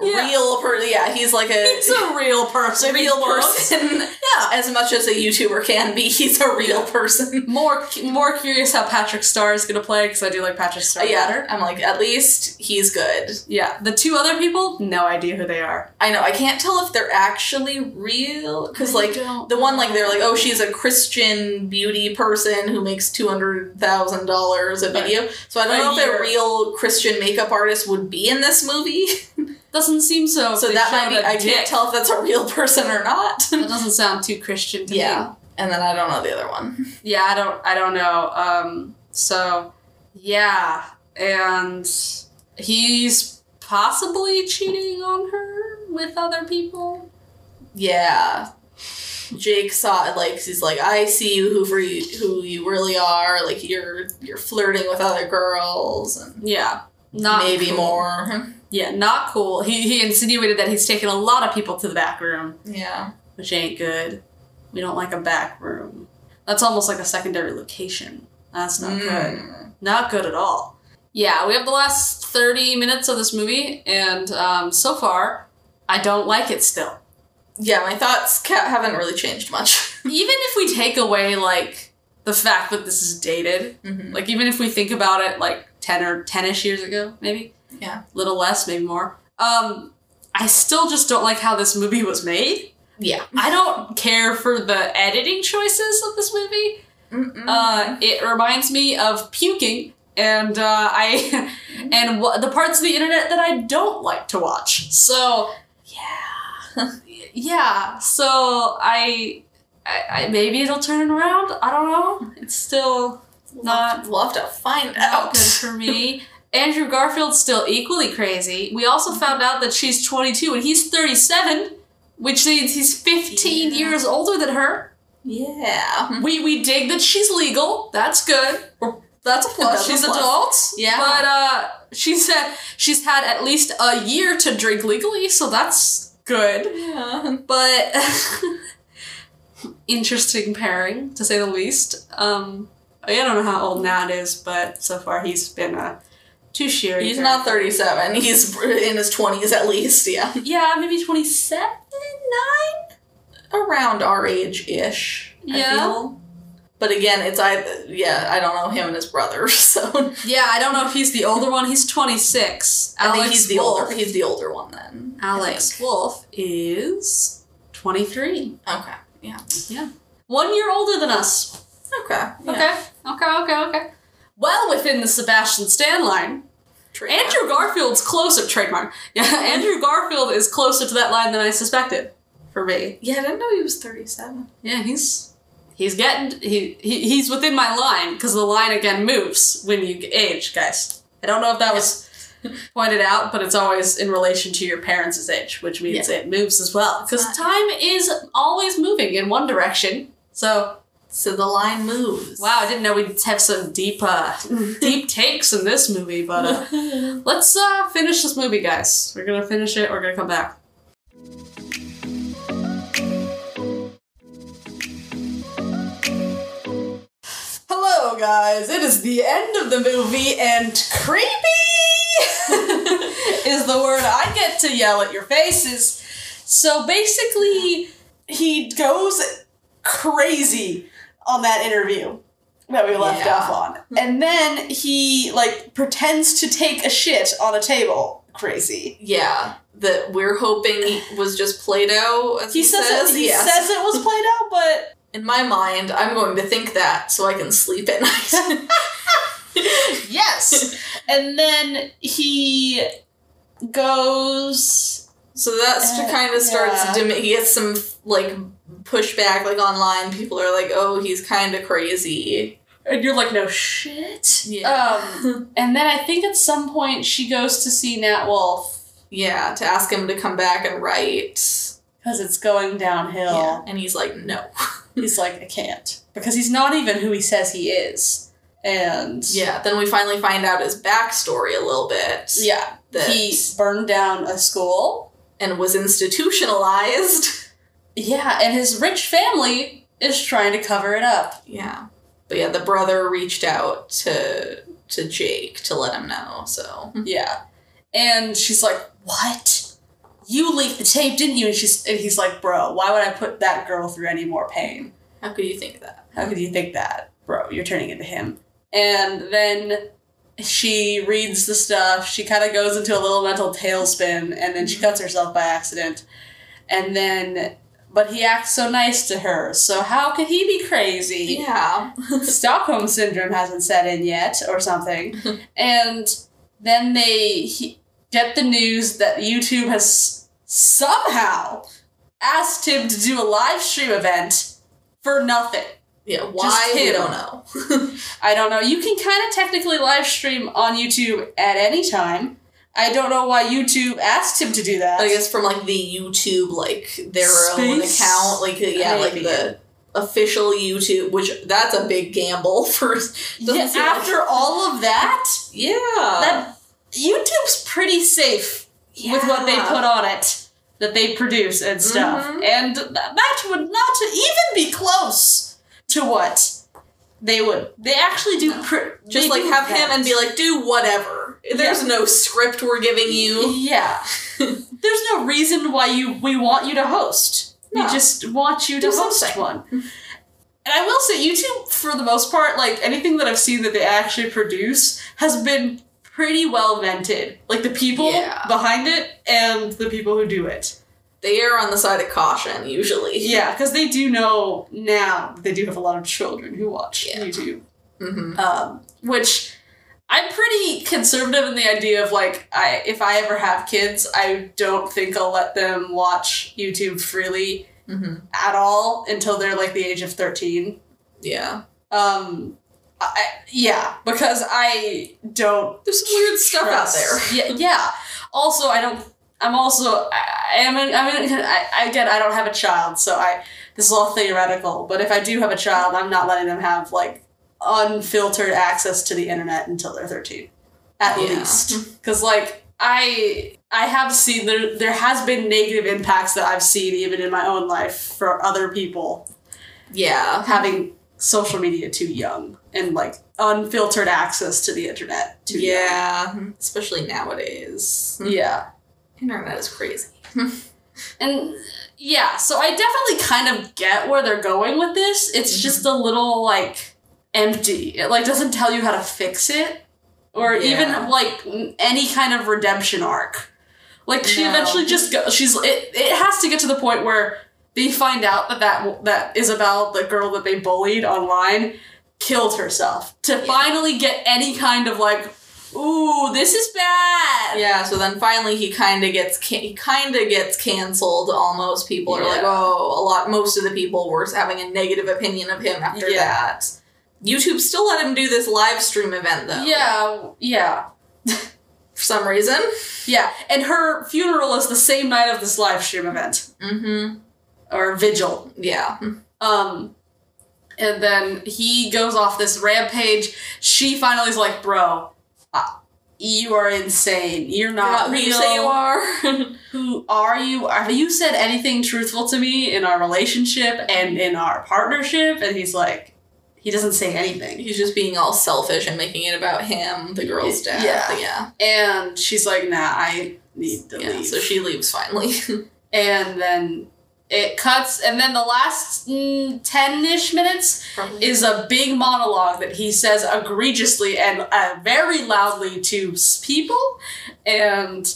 Speaker 2: Yeah.
Speaker 3: real person. Yeah, he's like a,
Speaker 2: he's a real person
Speaker 3: real
Speaker 2: he looks.
Speaker 3: person. yeah, as much as a YouTuber can be, he's a real person.
Speaker 2: more more curious how patrick star is going to play because i do like patrick star better
Speaker 3: yeah, I'm like at least he's good.
Speaker 2: Yeah, the two other people, no idea who they are.
Speaker 3: I know I can't tell if they're actually real because like
Speaker 2: don't.
Speaker 3: the one like they're like oh she's a Christian beauty person who makes two hundred thousand dollars a
Speaker 2: Right.
Speaker 3: video. So I don't
Speaker 2: A
Speaker 3: know if
Speaker 2: year.
Speaker 3: a real Christian makeup artist would be in this movie.
Speaker 2: doesn't seem so.
Speaker 3: so
Speaker 2: They
Speaker 3: that might
Speaker 2: showed
Speaker 3: be
Speaker 2: a
Speaker 3: I
Speaker 2: dick.
Speaker 3: can't tell if that's a real person or not.
Speaker 2: That doesn't sound too Christian to
Speaker 3: Yeah. And then I don't know the other one.
Speaker 2: me. Yeah, I don't. I don't know. Um. So, yeah, and he's possibly cheating on her with other people.
Speaker 3: Yeah. Jake saw it like he's like I see you who for you, who you really are like you're you're flirting with other girls and
Speaker 2: Yeah, not
Speaker 3: maybe
Speaker 2: cool.
Speaker 3: more
Speaker 2: Yeah, not cool. He he insinuated that he's taken a lot of people to the back room.
Speaker 3: yeah
Speaker 2: which ain't good. We don't like a back room. That's almost like a secondary location. That's not good.
Speaker 3: Mm.
Speaker 2: Not good at all. Yeah, we have the last 30 minutes of this movie, and um, so far, I don't like it still.
Speaker 3: yeah my thoughts ca- haven't really changed much
Speaker 2: even if we take away, like, the fact that this is dated,
Speaker 3: mm-hmm.
Speaker 2: like, even if we think about it, like, 10 or 10 ish years ago, maybe?
Speaker 3: Yeah.
Speaker 2: little less, maybe more. Um, I still just don't like how this movie was made.
Speaker 3: yeah
Speaker 2: I don't care for the editing choices of this movie. Uh, it reminds me of puking, and uh, I and wha- the parts of the internet that I don't like to watch. So yeah, yeah. So I, I, I maybe it'll turn around. I don't know. It's still not-
Speaker 3: we'll have to find
Speaker 2: not
Speaker 3: out
Speaker 2: good for me. Andrew Garfield's still equally crazy. We also found out that she's 22 and he's 37, which means he's 15
Speaker 3: Yeah.
Speaker 2: years older than her.
Speaker 3: yeah
Speaker 2: We we dig that she's legal. That's good. We're- That's a plus.
Speaker 3: That's a
Speaker 2: she's
Speaker 3: plus.
Speaker 2: adult.
Speaker 3: Yeah.
Speaker 2: But uh, she said she's had at least a year to drink legally, so that's good.
Speaker 3: yeah
Speaker 2: But interesting pairing to say the least. Um, I don't know how old Nat is, but so far he's been a too sheer.
Speaker 3: he's not 37 he's in his 20s at least yeah
Speaker 2: Yeah, maybe twenty seven, nine.
Speaker 3: around our age ish.
Speaker 2: Yeah.
Speaker 3: I feel. But again, it's I yeah I don't know him and his brother, so
Speaker 2: Yeah, I don't know if he's the older one. He's twenty six.
Speaker 3: I think he's the older he's the older one then.
Speaker 2: Alex Wolf is 23.
Speaker 3: Okay. Yeah.
Speaker 2: One year older than us.
Speaker 3: Okay. Yeah.
Speaker 2: Okay, okay, okay, okay. Well within the Sebastian Stan line.
Speaker 3: True.
Speaker 2: Andrew Garfield's closer, trademark. Yeah, Andrew Garfield is closer to that line than I suspected for me.
Speaker 3: Yeah, I didn't know he was thirty seven.
Speaker 2: Yeah, he's. He's getting he, he he's within my line because the line again moves when you age, guys. I don't know if that was pointed out, but it's always in relation to your parents' age, which means it moves as well. Because
Speaker 5: It's
Speaker 2: time is always moving in one direction. So,
Speaker 5: So the line moves.
Speaker 2: wow, I didn't know we'd have some deep, uh, deep takes in this movie, but uh, let's uh, finish this movie, guys. We're gonna finish it, we're gonna come back.
Speaker 5: Hello, guys. It is the end of the movie, and creepy is the word I get to yell at your faces. So basically, he goes crazy on that interview that we left
Speaker 6: Yeah.
Speaker 5: off on. And then he, like, pretends to take a shit on a table. Crazy.
Speaker 3: Yeah, that we're hoping was just Play-Doh. As
Speaker 5: He, says, it, he
Speaker 3: yes.
Speaker 5: says it was Play-Doh, but
Speaker 3: In my mind, I'm going to think that so I can sleep at night.
Speaker 6: Yes. and then he goes.
Speaker 3: so that's
Speaker 6: Uh,
Speaker 3: kind of starts.
Speaker 6: yeah.
Speaker 3: dim- he gets some like pushback, like online. People are like, "Oh, he's kind of crazy."
Speaker 2: And you're like, no shit.
Speaker 6: Um, and then I think at some point she goes to see Nat Wolf
Speaker 3: Yeah, to ask him to come back and write.
Speaker 2: Because it's going downhill.
Speaker 3: Yeah, and he's like, "No."
Speaker 2: He's like, I can't. Because he's not even who he says he is. And
Speaker 3: Yeah. Then we finally find out his backstory a little bit.
Speaker 2: yeah
Speaker 3: That,
Speaker 2: he burned down a school.
Speaker 3: and was institutionalized.
Speaker 2: Yeah, and his rich family is trying to cover it up.
Speaker 3: Yeah. But yeah, the brother reached out to to Jake to let him know. So
Speaker 2: Yeah. And she's like, What? You leaked the tape, didn't you? And she's and he's like, Bro, why would I put that girl through any more pain?
Speaker 3: how could you think that?
Speaker 2: How could you think that? Bro, you're turning into him. And then she reads the stuff, she kinda goes into a little mental tailspin, and then she cuts herself by accident. And then but he acts so nice to her, so how could he be crazy?
Speaker 3: Yeah.
Speaker 2: Stockholm syndrome hasn't set in yet, or something. and then they he, get the news that YouTube has somehow asked him to do a live stream event for nothing.
Speaker 3: Yeah. Why we
Speaker 2: him.
Speaker 3: don't know.
Speaker 2: I don't know. You can kind of technically live stream on YouTube at any time. I don't know why YouTube asked him to do that.
Speaker 3: I guess from like the YouTube like their own
Speaker 2: Space?
Speaker 3: account, like yeah, like
Speaker 2: Maybe.
Speaker 3: the official YouTube, which that's a big gamble for
Speaker 2: Yeah, after all of that,
Speaker 3: Yeah.
Speaker 2: that YouTube's pretty safe. with what they
Speaker 3: Yeah.
Speaker 2: put on it that they produce and stuff.
Speaker 3: Mhm.
Speaker 2: And th- that would not even be close to what they would. They actually do pr-
Speaker 3: Just like have him and be like, do whatever. There's no script we're giving you.
Speaker 2: yeah. There's no reason why you we want you to host. We
Speaker 3: No.
Speaker 2: just want you to
Speaker 3: Do
Speaker 2: host
Speaker 3: something.
Speaker 2: one. And I will say, YouTube, for the most part, like anything that I've seen that they actually produce has been pretty well vented. Like the people
Speaker 3: Yeah.
Speaker 2: behind it and the people who do it.
Speaker 3: They err on the side of caution usually.
Speaker 2: Yeah, because they do know now that they do have a lot of children who watch
Speaker 3: Yeah.
Speaker 2: YouTube.
Speaker 3: Mm-hmm.
Speaker 2: Um, which I'm pretty conservative in the idea of like, I if I ever have kids, I don't think I'll let them watch YouTube freely
Speaker 3: Mhm.
Speaker 2: at all until they're like the age of 13.
Speaker 3: Yeah.
Speaker 2: Um, I- I, yeah, because I don't
Speaker 3: There's some weird stuff
Speaker 2: trust.
Speaker 3: out
Speaker 2: yeah, yeah. Also, I don't. I'm also. I, I am. an- I'm. an- I, I- again, I don't have a child, so I. This is all theoretical. But if I do have a child, I'm not letting them have like unfiltered access to the internet until they're 13, at
Speaker 3: Yeah.
Speaker 2: least. Because like I. I have seen there. There has been negative impacts that I've seen even in my own life for other people
Speaker 3: there. Yeah.
Speaker 2: having social media too young and like unfiltered access to the internet too young.
Speaker 3: Yeah. Especially nowadays.
Speaker 2: Yeah.
Speaker 3: Internet is crazy.
Speaker 2: And yeah, so I definitely kind of get where they're going with this.
Speaker 3: Mm-hmm.
Speaker 2: It's just a little like empty. It like doesn't tell you how to fix it or
Speaker 3: Yeah.
Speaker 2: even like n- any kind of redemption arc. Like she
Speaker 3: No.
Speaker 2: eventually just go, she's it, it has to get to the point where they find out that that that Isabel, the girl that they bullied online, killed herself to finally get any kind of like ooh, this is bad.
Speaker 3: Yeah, so then finally he kind of gets ca- he kind of gets canceled almost. People are like,
Speaker 2: Yeah.
Speaker 3: "Oh, a lot most of the people were having a negative opinion of him after
Speaker 2: Yeah.
Speaker 3: that." YouTube still let him do this live stream event though.
Speaker 2: Yeah, yeah.
Speaker 3: for some reason.
Speaker 2: Yeah, and her funeral is the same night of this live stream event
Speaker 3: Mm-hmm.
Speaker 2: or vigil.
Speaker 3: Yeah. Mm-hmm.
Speaker 2: Um, and then he goes off this rampage. She finally is like, "Bro, uh, you are insane. You're not,
Speaker 3: Not who
Speaker 2: real.
Speaker 3: you say you are.
Speaker 2: Who are you? Have you said anything truthful to me in our relationship and in our partnership?" And he's like, he doesn't say anything.
Speaker 3: He's just being all selfish and making it about him, the girl's death.
Speaker 2: Yeah.
Speaker 3: Yeah.
Speaker 2: And she's like, "Nah, I need to
Speaker 3: yeah.
Speaker 2: leave."
Speaker 3: So she leaves finally.
Speaker 2: and then it cuts and then the last 10-ish minutes
Speaker 3: Probably.
Speaker 2: is a big monologue that he says egregiously and uh, very loudly to s- people and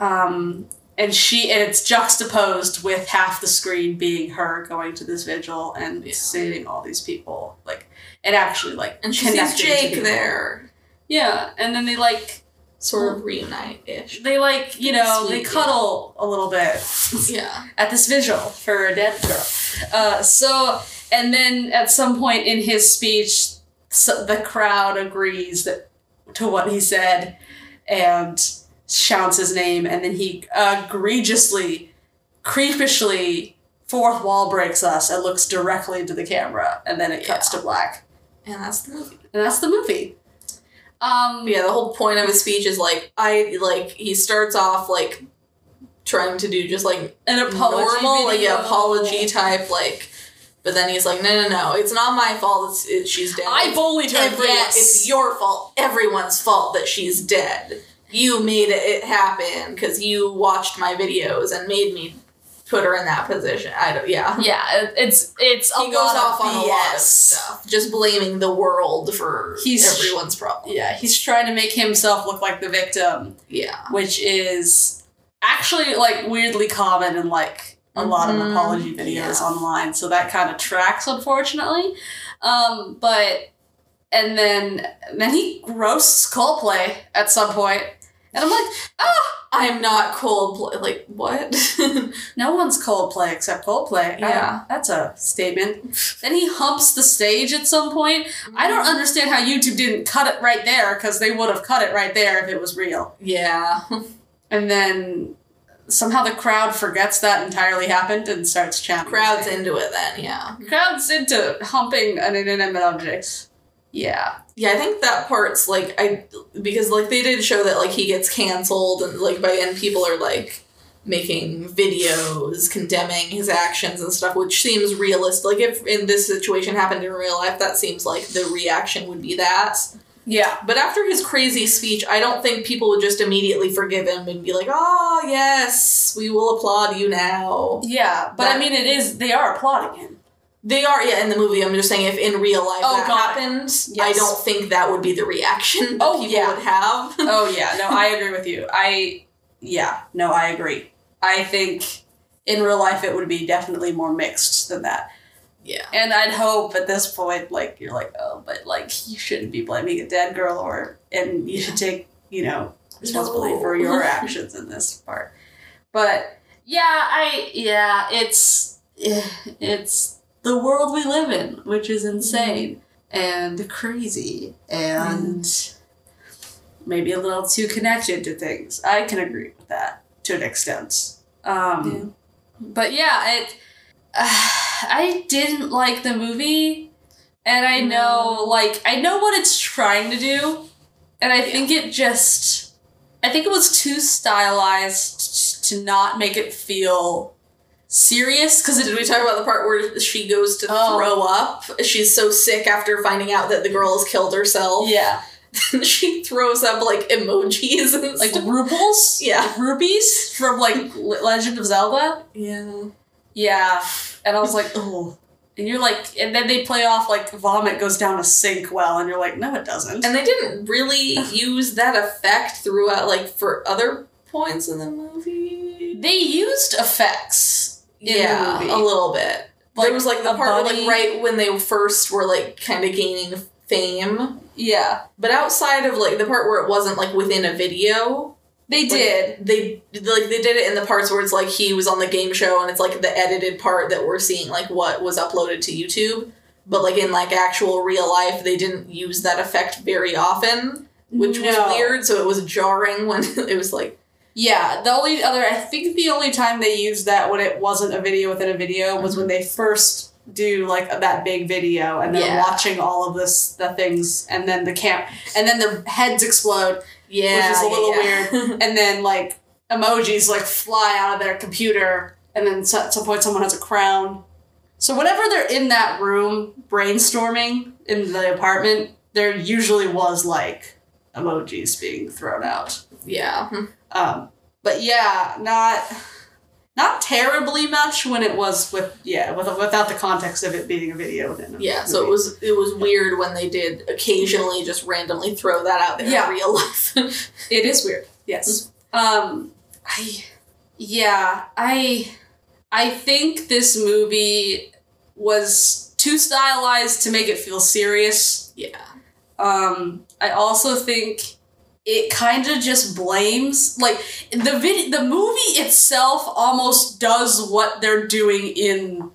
Speaker 2: um and she and it's juxtaposed with half the screen being her going to this vigil and
Speaker 3: Yeah.
Speaker 2: saving all these people like and actually like
Speaker 3: and she sees
Speaker 2: connecting to
Speaker 3: Jake
Speaker 2: people.
Speaker 3: there,
Speaker 2: yeah and then they like
Speaker 3: sort of reunite ish.
Speaker 2: they like you know
Speaker 3: Sweet,
Speaker 2: they
Speaker 3: yeah.
Speaker 2: cuddle a little bit
Speaker 3: Yeah.
Speaker 2: at this vigil for a dead girl. Uh, so, and then at some point in his speech, so the crowd agrees that to what he said and shouts his name, and then he egregiously, creepishly, fourth wall breaks us and looks directly into the camera, and then it cuts to black.
Speaker 3: And that's the movie.
Speaker 2: And that's the movie. Um,
Speaker 3: But yeah, the whole point of his speech is like I like he starts off like trying to do just like
Speaker 2: an apology.
Speaker 3: normal like
Speaker 2: video.
Speaker 3: yeah, apology type like, but then he's like no no no it's not my fault it's it, she's dead.
Speaker 2: I bullied her.
Speaker 3: Everyone-
Speaker 2: yes.
Speaker 3: It's your fault. Everyone's fault that she's dead. You made it happen because you watched my videos and made me put her in that position. I don't. Yeah.
Speaker 4: Yeah, it- it's it's a
Speaker 3: He goes
Speaker 4: lot of
Speaker 3: off on a lot of
Speaker 4: BS.
Speaker 3: stuff, just blaming the world for
Speaker 2: He's-
Speaker 3: everyone's problem.
Speaker 2: yeah, he's trying to make himself look like the victim.
Speaker 3: Yeah.
Speaker 2: which is actually like weirdly common in like a lot of
Speaker 3: Mhm.
Speaker 2: apology videos online. So that kind of tracks, unfortunately. Um, but and then then he roasts Coldplay at some point, and I'm like,
Speaker 3: I'm not cold. Bl- like what?
Speaker 2: no one's Coldplay except Coldplay. I-
Speaker 3: Yeah.
Speaker 2: that's a statement. then he humps the stage at some point. I don't understand how YouTube didn't cut it right there because they would have cut it right there if it was real.
Speaker 3: yeah.
Speaker 2: And then somehow the crowd forgets that entirely happened and starts chanting.
Speaker 3: Crowds into it then. Yeah.
Speaker 2: Crowds into humping an inanimate object. Yeah.
Speaker 3: Yeah. I think that part's like I because like they did show that like he gets canceled and like by and people are like making videos condemning his actions and stuff which seems realistic like if in this situation happened in real life that seems like the reaction would be that
Speaker 2: Yeah.
Speaker 3: But after his crazy speech, I don't think people would just immediately forgive him and be like, "Oh yes, we will applaud you now."
Speaker 2: Yeah. But I
Speaker 3: That-
Speaker 2: mean, it is, they are applauding him.
Speaker 3: They are, yeah. In the movie, I'm just saying, if in real life
Speaker 2: Oh,
Speaker 3: that
Speaker 2: got it.
Speaker 3: happened, I
Speaker 2: Yes.
Speaker 3: don't think that would be the reaction that
Speaker 2: Oh,
Speaker 3: people
Speaker 2: yeah.
Speaker 3: would have.
Speaker 2: oh, yeah. No, I agree with you. I, yeah. No, I agree. I think in real life it would be definitely more mixed than that.
Speaker 3: Yeah.
Speaker 2: And I'd hope at this point, like, you're like, oh, but like, you shouldn't be blaming a dead girl or, and you should take, you know, responsibility for your actions in this part. But yeah, I, yeah, it's, eh, it's the world we live in, which is insane and crazy and maybe a little too connected to things. I can agree with that to an extent. Um, But yeah, it, I didn't like the movie, and I know like I know what it's trying to do, and I think it just I think it was too stylized to not make it feel serious because it
Speaker 3: Did we talk about the part where she goes to
Speaker 2: Oh.
Speaker 3: throw up? She's so sick after finding out that the girl has killed herself.
Speaker 2: yeah
Speaker 3: she throws up like emojis and
Speaker 2: like
Speaker 3: stuff.
Speaker 2: rubles
Speaker 3: yeah,
Speaker 2: rubies from like Le- Legend of Zelda
Speaker 3: yeah.
Speaker 2: yeah and I was like oh and you're like and then they play off like vomit goes down a sink well and you're like no it doesn't
Speaker 3: And they didn't really use that effect throughout, like for other points in the movie.
Speaker 2: they used effects in
Speaker 3: yeah,
Speaker 2: the
Speaker 3: a
Speaker 2: movie.
Speaker 3: little bit.
Speaker 2: Like,
Speaker 3: there was like the
Speaker 2: a
Speaker 3: part where,
Speaker 2: bunny-
Speaker 3: like right when they first were like kind of gaining fame,
Speaker 2: yeah
Speaker 3: but outside of like the part where it wasn't like within a video,
Speaker 2: they
Speaker 3: like,
Speaker 2: did
Speaker 3: they like they did it in the parts where it's like he was on the game show and it's like the edited part that we're seeing like what was uploaded to YouTube. But like in like actual real life, they didn't use that effect very often. which
Speaker 2: No.
Speaker 3: was weird. So it was jarring when it was like,
Speaker 2: Yeah, the only other I think the only time they used that when it wasn't a video within a video was when they first do like that big video and they're
Speaker 3: Mm-hmm. Yeah.
Speaker 2: watching all of this the things and then the camp and then their heads explode
Speaker 3: yeah,
Speaker 2: which is a little
Speaker 3: yeah, yeah.
Speaker 2: weird and then like emojis like fly out of their computer and then so- at some point someone has a crown. So whenever they're in that room brainstorming in the apartment, there usually was like emojis being thrown out.
Speaker 3: yeah.
Speaker 2: Um, but yeah, not not terribly much when it was with yeah with, without the context of it being a video. Within a
Speaker 3: Yeah, so it
Speaker 2: movie.
Speaker 3: was it was weird when they did occasionally just randomly throw that out there
Speaker 2: Yeah.
Speaker 3: in real life.
Speaker 2: It is weird. Yes.
Speaker 3: Mm-hmm.
Speaker 2: Um, I yeah I I think this movie was too stylized to make it feel serious.
Speaker 3: yeah.
Speaker 2: Um, I also think it kind of just blames like the vid- the movie itself almost does what they're doing in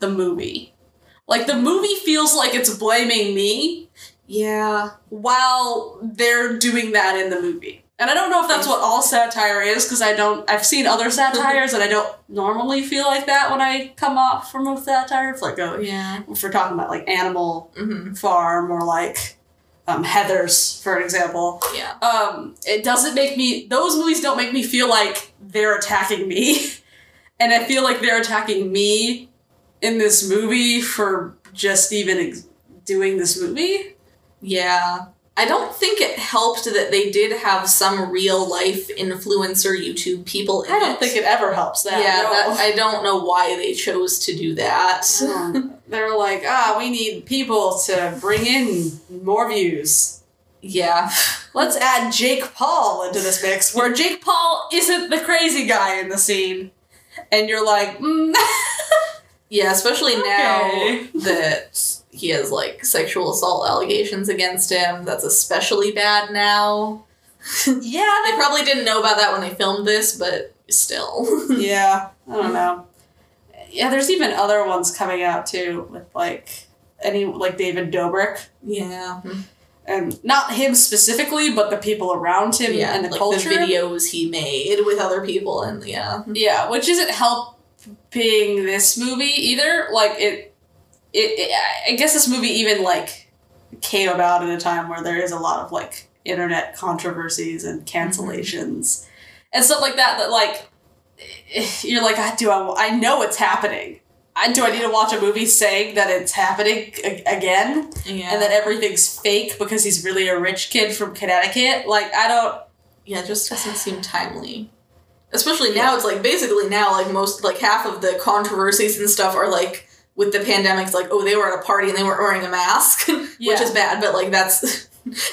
Speaker 2: the movie. Like the movie feels like it's blaming me
Speaker 3: Yeah.
Speaker 2: while they're doing that in the movie. And I don't know if that's what all satire is because I don't I've seen other satires and I don't normally feel like that when I come off from a satire. It's like oh,
Speaker 3: Yeah.
Speaker 2: if we're talking about like animal
Speaker 3: hmm
Speaker 2: farm or like um, Heather's, for example.
Speaker 3: Yeah.
Speaker 2: Um, it doesn't make me, those movies don't make me feel like they're attacking me. and I feel like they're attacking me in this movie for just even ex- doing this movie.
Speaker 3: Yeah. I don't think it helped that they did have some real life influencer YouTube people in
Speaker 2: I don't think it ever helps that.
Speaker 3: yeah,
Speaker 2: no.
Speaker 3: that, I don't know why they chose to do that.
Speaker 2: Um, they're like, ah, we need people to bring in more views.
Speaker 3: Yeah.
Speaker 2: Let's add Jake Paul into this mix, where Jake Paul isn't the crazy guy in the scene. And you're like, mm,
Speaker 3: Yeah, especially
Speaker 2: Okay.
Speaker 3: now that he has like sexual assault allegations against him. That's especially bad now.
Speaker 2: Yeah.
Speaker 3: They probably didn't know about that when they filmed this, but still.
Speaker 2: yeah. I don't know. Yeah, there's even other ones coming out too with like any like David Dobrik
Speaker 3: Yeah.
Speaker 2: and not him specifically, but the people around him
Speaker 3: yeah,
Speaker 2: and the
Speaker 3: like
Speaker 2: culture.
Speaker 3: the videos he made with other people and yeah.
Speaker 2: Yeah, which isn't helping this movie either. Like it, it, it I guess this movie even like came about at a time where there is a lot of like internet controversies and cancellations and stuff like that. That like you're like, I do I, I know it's happening. I do I need to watch a movie saying that it's happening a- again?
Speaker 3: Yeah.
Speaker 2: and that everything's fake because he's really a rich kid from Connecticut. Like I don't.
Speaker 3: yeah, it just doesn't seem timely. Especially now it's like basically now like most like half of the controversies and stuff are like with the pandemic it's like oh they were at a party and they weren't wearing a mask, which
Speaker 2: Yeah.
Speaker 3: is bad, but like that's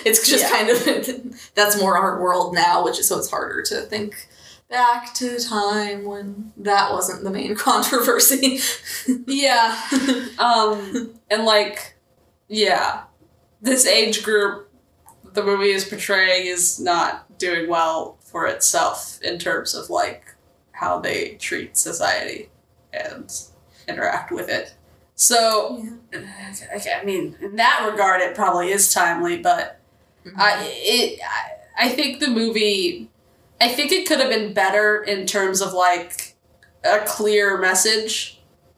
Speaker 3: it's just
Speaker 2: Yeah.
Speaker 3: kind of that's more our world now, which is so it's harder to think back to the time when that wasn't the main controversy.
Speaker 2: Yeah. um. And like, yeah, this age group the movie is portraying is not doing well for itself in terms of like how they treat society and interact with it. So, I I mean, in that regard, it probably is timely, but I it I, I think the movie I think it could have been better in terms of like a clear message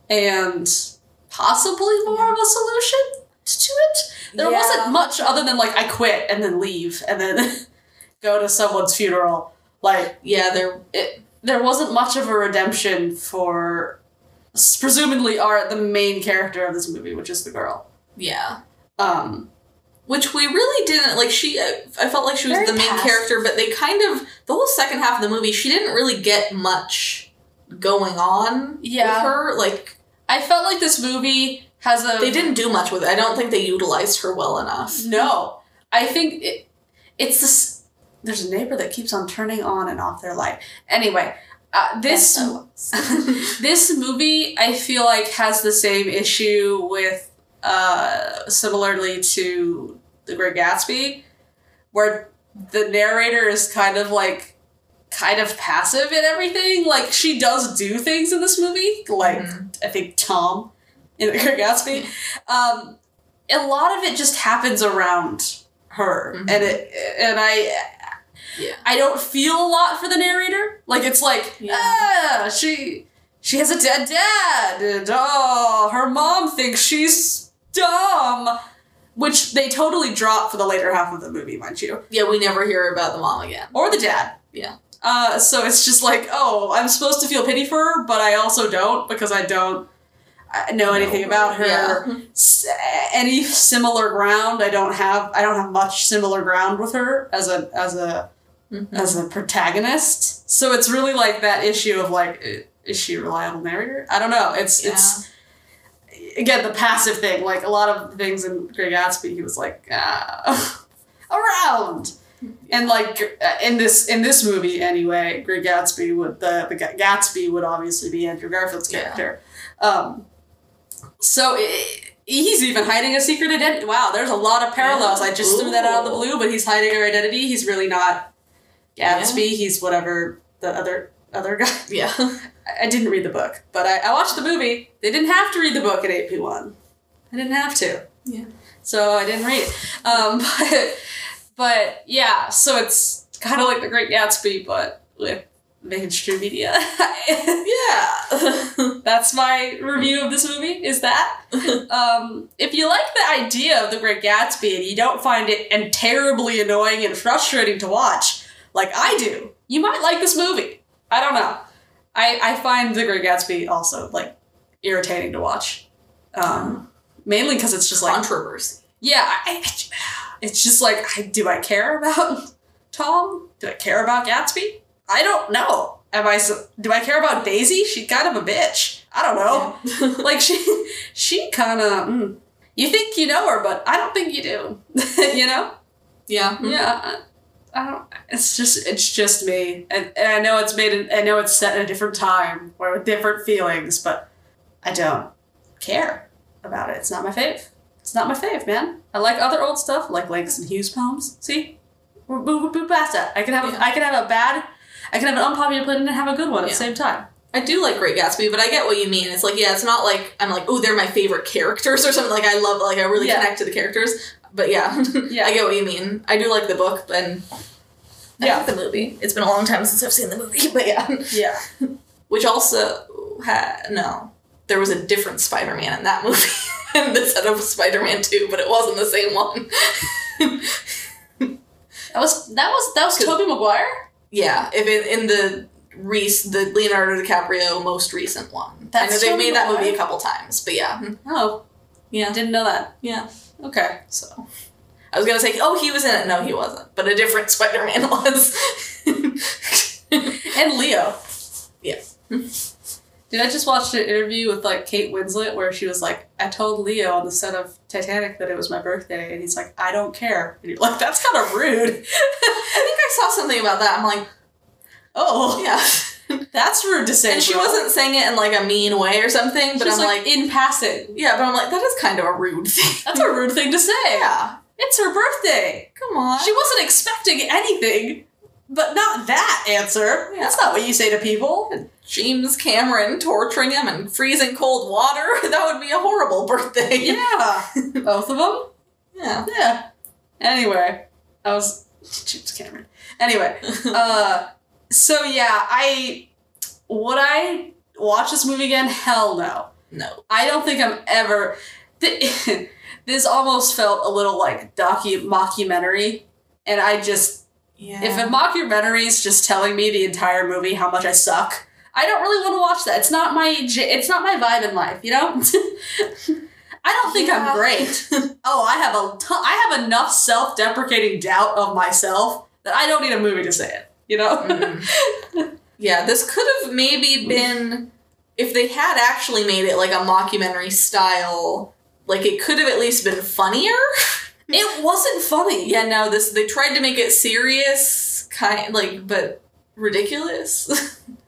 Speaker 2: and possibly more of a solution to it. There
Speaker 3: Yeah.
Speaker 2: wasn't much other than like I quit and then leave and then go to someone's funeral. Like
Speaker 3: yeah, there
Speaker 2: it, there wasn't much of a redemption for s- presumably are the main character of this movie, which is the girl.
Speaker 3: yeah.
Speaker 2: Um
Speaker 3: which we really didn't like she i I felt like she was
Speaker 7: Very
Speaker 3: the main
Speaker 7: passive.
Speaker 3: character but they kind of the whole second half of the movie she didn't really get much going on
Speaker 2: Yeah.
Speaker 3: with her like
Speaker 2: I felt like this movie has a
Speaker 3: they didn't do much with it i don't think they utilized her well enough
Speaker 2: No, I think it, it's this. There's a neighbor that keeps on turning on and off their light. Anyway, uh, this this movie I feel like has the same issue with uh, similarly to The Great Gatsby, where the narrator is kind of like kind of passive in everything. Like she does do things in this movie, like I think Tom in The Great Gatsby. Um, a lot of it just happens around her,
Speaker 3: Mhm.
Speaker 2: and it and I.
Speaker 3: Yeah.
Speaker 2: I don't feel a lot for the narrator. Like it's like
Speaker 3: Yeah.
Speaker 2: ah, she she has a dead dad, and oh, her mom thinks she's dumb, which they totally drop for the later half of the movie, mind you,
Speaker 3: Yeah, we never hear about the mom again.
Speaker 2: or the dad.
Speaker 3: Yeah.
Speaker 2: Uh, so it's just like, oh, I'm supposed to feel pity for her, but I also don't because I don't uh, know anything about her
Speaker 3: Yeah.
Speaker 2: s- any similar ground. I don't have I don't have much similar ground with her as a as a as a protagonist. So it's really like that issue of like i- is she a reliable narrator? I don't know. It's it's again the passive thing. Like a lot of things in Great Gatsby, he was like ah, around. And like uh, in this in this movie anyway, Great Gatsby would the, the Ga- Gatsby would obviously be Andrew Garfield's
Speaker 3: Yeah.
Speaker 2: character. Um, so i he's even hiding a secret identity. Wow, there's a lot of parallels. I just threw that out of the blue, but he's hiding her identity. He's really not Gatsby. He's whatever the other other guy.
Speaker 3: Yeah.
Speaker 2: I- I didn't read the book, but I, I watched the movie. They didn't have to read the book at AP one. I didn't have to.
Speaker 3: Yeah.
Speaker 2: So I didn't read. Um, but but yeah, so it's kind of like The Great Gatsby, but with mainstream media.
Speaker 3: yeah.
Speaker 2: That's my review of this movie. Is that um, if you like the idea of The Great Gatsby and you don't find it and terribly annoying and frustrating to watch, like I do, you might like this movie. I don't know. I, I find The Great Gatsby also like irritating to watch, um, mainly because it's just like
Speaker 3: Controversy.
Speaker 2: yeah, I, I- it's just like I, do I care about Tom? Do I care about Gatsby? I don't know. Am I so- do I care about Daisy? She's kind of a bitch. I don't know. like she she kind of mm, you think you know her, but I don't think you do. you know?
Speaker 3: Yeah.
Speaker 2: Yeah. I, I don't. It's just it's just me, and, and I know it's made. In, I know it's set in a different time or with different feelings, but I don't care about it. It's not my fave. It's not my fave, man. I like other old stuff, like Lakes and Hughes poems. See, we're, we're, we're past that. I can have a,
Speaker 3: Yeah.
Speaker 2: I can have a bad, I can have an unpopular opinion and have a good one at the
Speaker 3: Yeah.
Speaker 2: same time.
Speaker 3: I do like Great Gatsby, but I get what you mean. It's like, yeah, it's not like I'm like, oh, they're my favorite characters or something. Like I love, like I really
Speaker 2: Yeah.
Speaker 3: connect to the characters. But yeah,
Speaker 2: Yeah.
Speaker 3: I get what you mean. I do like the book, and
Speaker 2: Yeah.
Speaker 3: I like the movie. It's been a long time since I've seen the movie, but yeah.
Speaker 2: Yeah.
Speaker 3: Which also had no, there was a different Spider-Man in that movie, and this had a Spider-Man too, but it wasn't the same one.
Speaker 2: That was that was that was Toby Maguire.
Speaker 3: Yeah, if in, in the Reese, the Leonardo DiCaprio most recent one. I know
Speaker 2: That's
Speaker 3: they've
Speaker 2: Tobey
Speaker 3: made that movie
Speaker 2: Maguire?
Speaker 3: a couple times, but yeah,
Speaker 2: Oh,
Speaker 3: yeah,
Speaker 2: didn't know that.
Speaker 3: yeah.
Speaker 2: Okay.
Speaker 3: So I was gonna say, oh, he was in it. No, he wasn't. But a different Spider Man was.
Speaker 2: And Leo.
Speaker 3: Yeah.
Speaker 2: Did I just watch an interview with like Kate Winslet where she was like, I told Leo on the set of Titanic that it was my birthday, and he's like, I don't care. And you're like, that's kind of rude.
Speaker 3: I think I saw something about that. I'm like,
Speaker 2: oh,
Speaker 3: yeah.
Speaker 2: that's rude to say.
Speaker 3: And she
Speaker 2: bro.
Speaker 3: wasn't saying it in like a mean way or something, but
Speaker 2: Just,
Speaker 3: I'm
Speaker 2: like,
Speaker 3: like,
Speaker 2: in passing.
Speaker 3: yeah, but I'm like, that is kind of a rude thing.
Speaker 2: That's a rude thing to say.
Speaker 3: yeah.
Speaker 2: It's her birthday.
Speaker 3: Come on.
Speaker 2: She wasn't expecting anything, but not that answer.
Speaker 3: Yeah.
Speaker 2: That's not what you say to people.
Speaker 3: James Cameron torturing him in freezing cold water. That would be a horrible birthday.
Speaker 2: Yeah. Both of them.
Speaker 3: Yeah.
Speaker 2: Yeah. Anyway, I was James Cameron. Anyway, uh, so yeah, I would I watch this movie again? Hell no.
Speaker 3: No.
Speaker 2: I don't think I'm ever. Th- this almost felt a little like docu mockumentary, and I just
Speaker 3: Yeah.
Speaker 2: if a mockumentary is just telling me the entire movie how much I suck, I don't really want to watch that. It's not my j- it's not my vibe in life, you know. I don't think
Speaker 3: Yeah.
Speaker 2: I'm great. Oh, I have a ton- I have enough self deprecating doubt of myself that I don't need a movie to say it. You know.
Speaker 3: yeah, this could have maybe been if they had actually made it like a mockumentary style. Like it could have at least been funnier.
Speaker 2: it wasn't funny.
Speaker 3: yeah, no, this they tried to make it serious, kind like but ridiculous.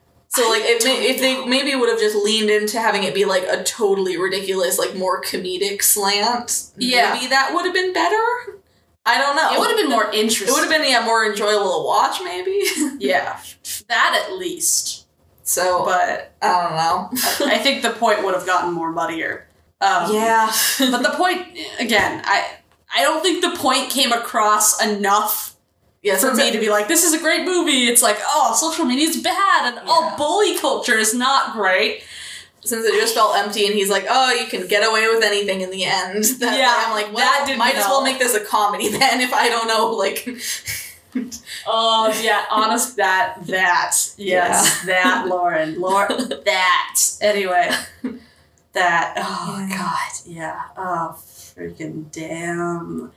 Speaker 3: so like it may, if they maybe would have just leaned into having it be like a totally ridiculous, like more comedic slant.
Speaker 2: Yeah.
Speaker 3: maybe that would have been better. I don't know.
Speaker 2: It would have been more
Speaker 3: It
Speaker 2: interesting.
Speaker 3: would have been yeah more enjoyable to watch maybe.
Speaker 2: yeah, that at least.
Speaker 3: so
Speaker 2: But
Speaker 3: I don't know.
Speaker 2: I think the point would have gotten more muddier. Um,
Speaker 3: yeah.
Speaker 2: but the point again, I I don't think the point came across enough
Speaker 3: Yes,
Speaker 2: for
Speaker 3: that's
Speaker 2: me
Speaker 3: it.
Speaker 2: to be like, this is a great movie. It's like, oh, social media is bad, and oh,
Speaker 4: Yeah.
Speaker 2: bully culture is not great.
Speaker 3: since it just felt empty and he's like, oh, you can get away with anything in the end. That,
Speaker 2: Yeah,
Speaker 3: I'm like, well,
Speaker 2: that didn't
Speaker 3: might as
Speaker 2: help.
Speaker 3: well make this a comedy then if I don't know, like,
Speaker 2: Oh yeah, honest that that yes that Lauren Lauren that anyway that oh god yeah oh freaking damn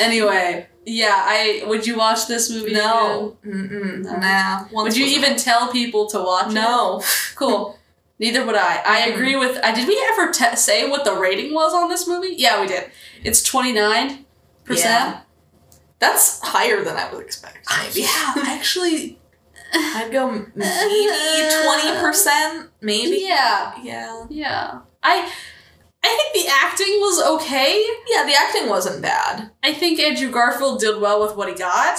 Speaker 2: anyway yeah I would you watch this movie again?
Speaker 3: no, mm-mm, nah. Once
Speaker 2: Would you
Speaker 3: was
Speaker 2: even tell people to watch it?
Speaker 3: No.
Speaker 2: Cool. Neither would I. I
Speaker 3: Hmm.
Speaker 2: agree with. I did we ever te- say what the rating was on this movie? Yeah, we did. It's twenty nine percent.
Speaker 3: Yeah. That's higher than I would expect. Maybe.
Speaker 2: Yeah, actually,
Speaker 3: I'd go m- maybe 20%, maybe.
Speaker 2: yeah,
Speaker 3: Yeah.
Speaker 2: yeah. I, I think the acting was okay.
Speaker 3: Yeah, the acting wasn't bad.
Speaker 2: I think Andrew Garfield did well with what he got.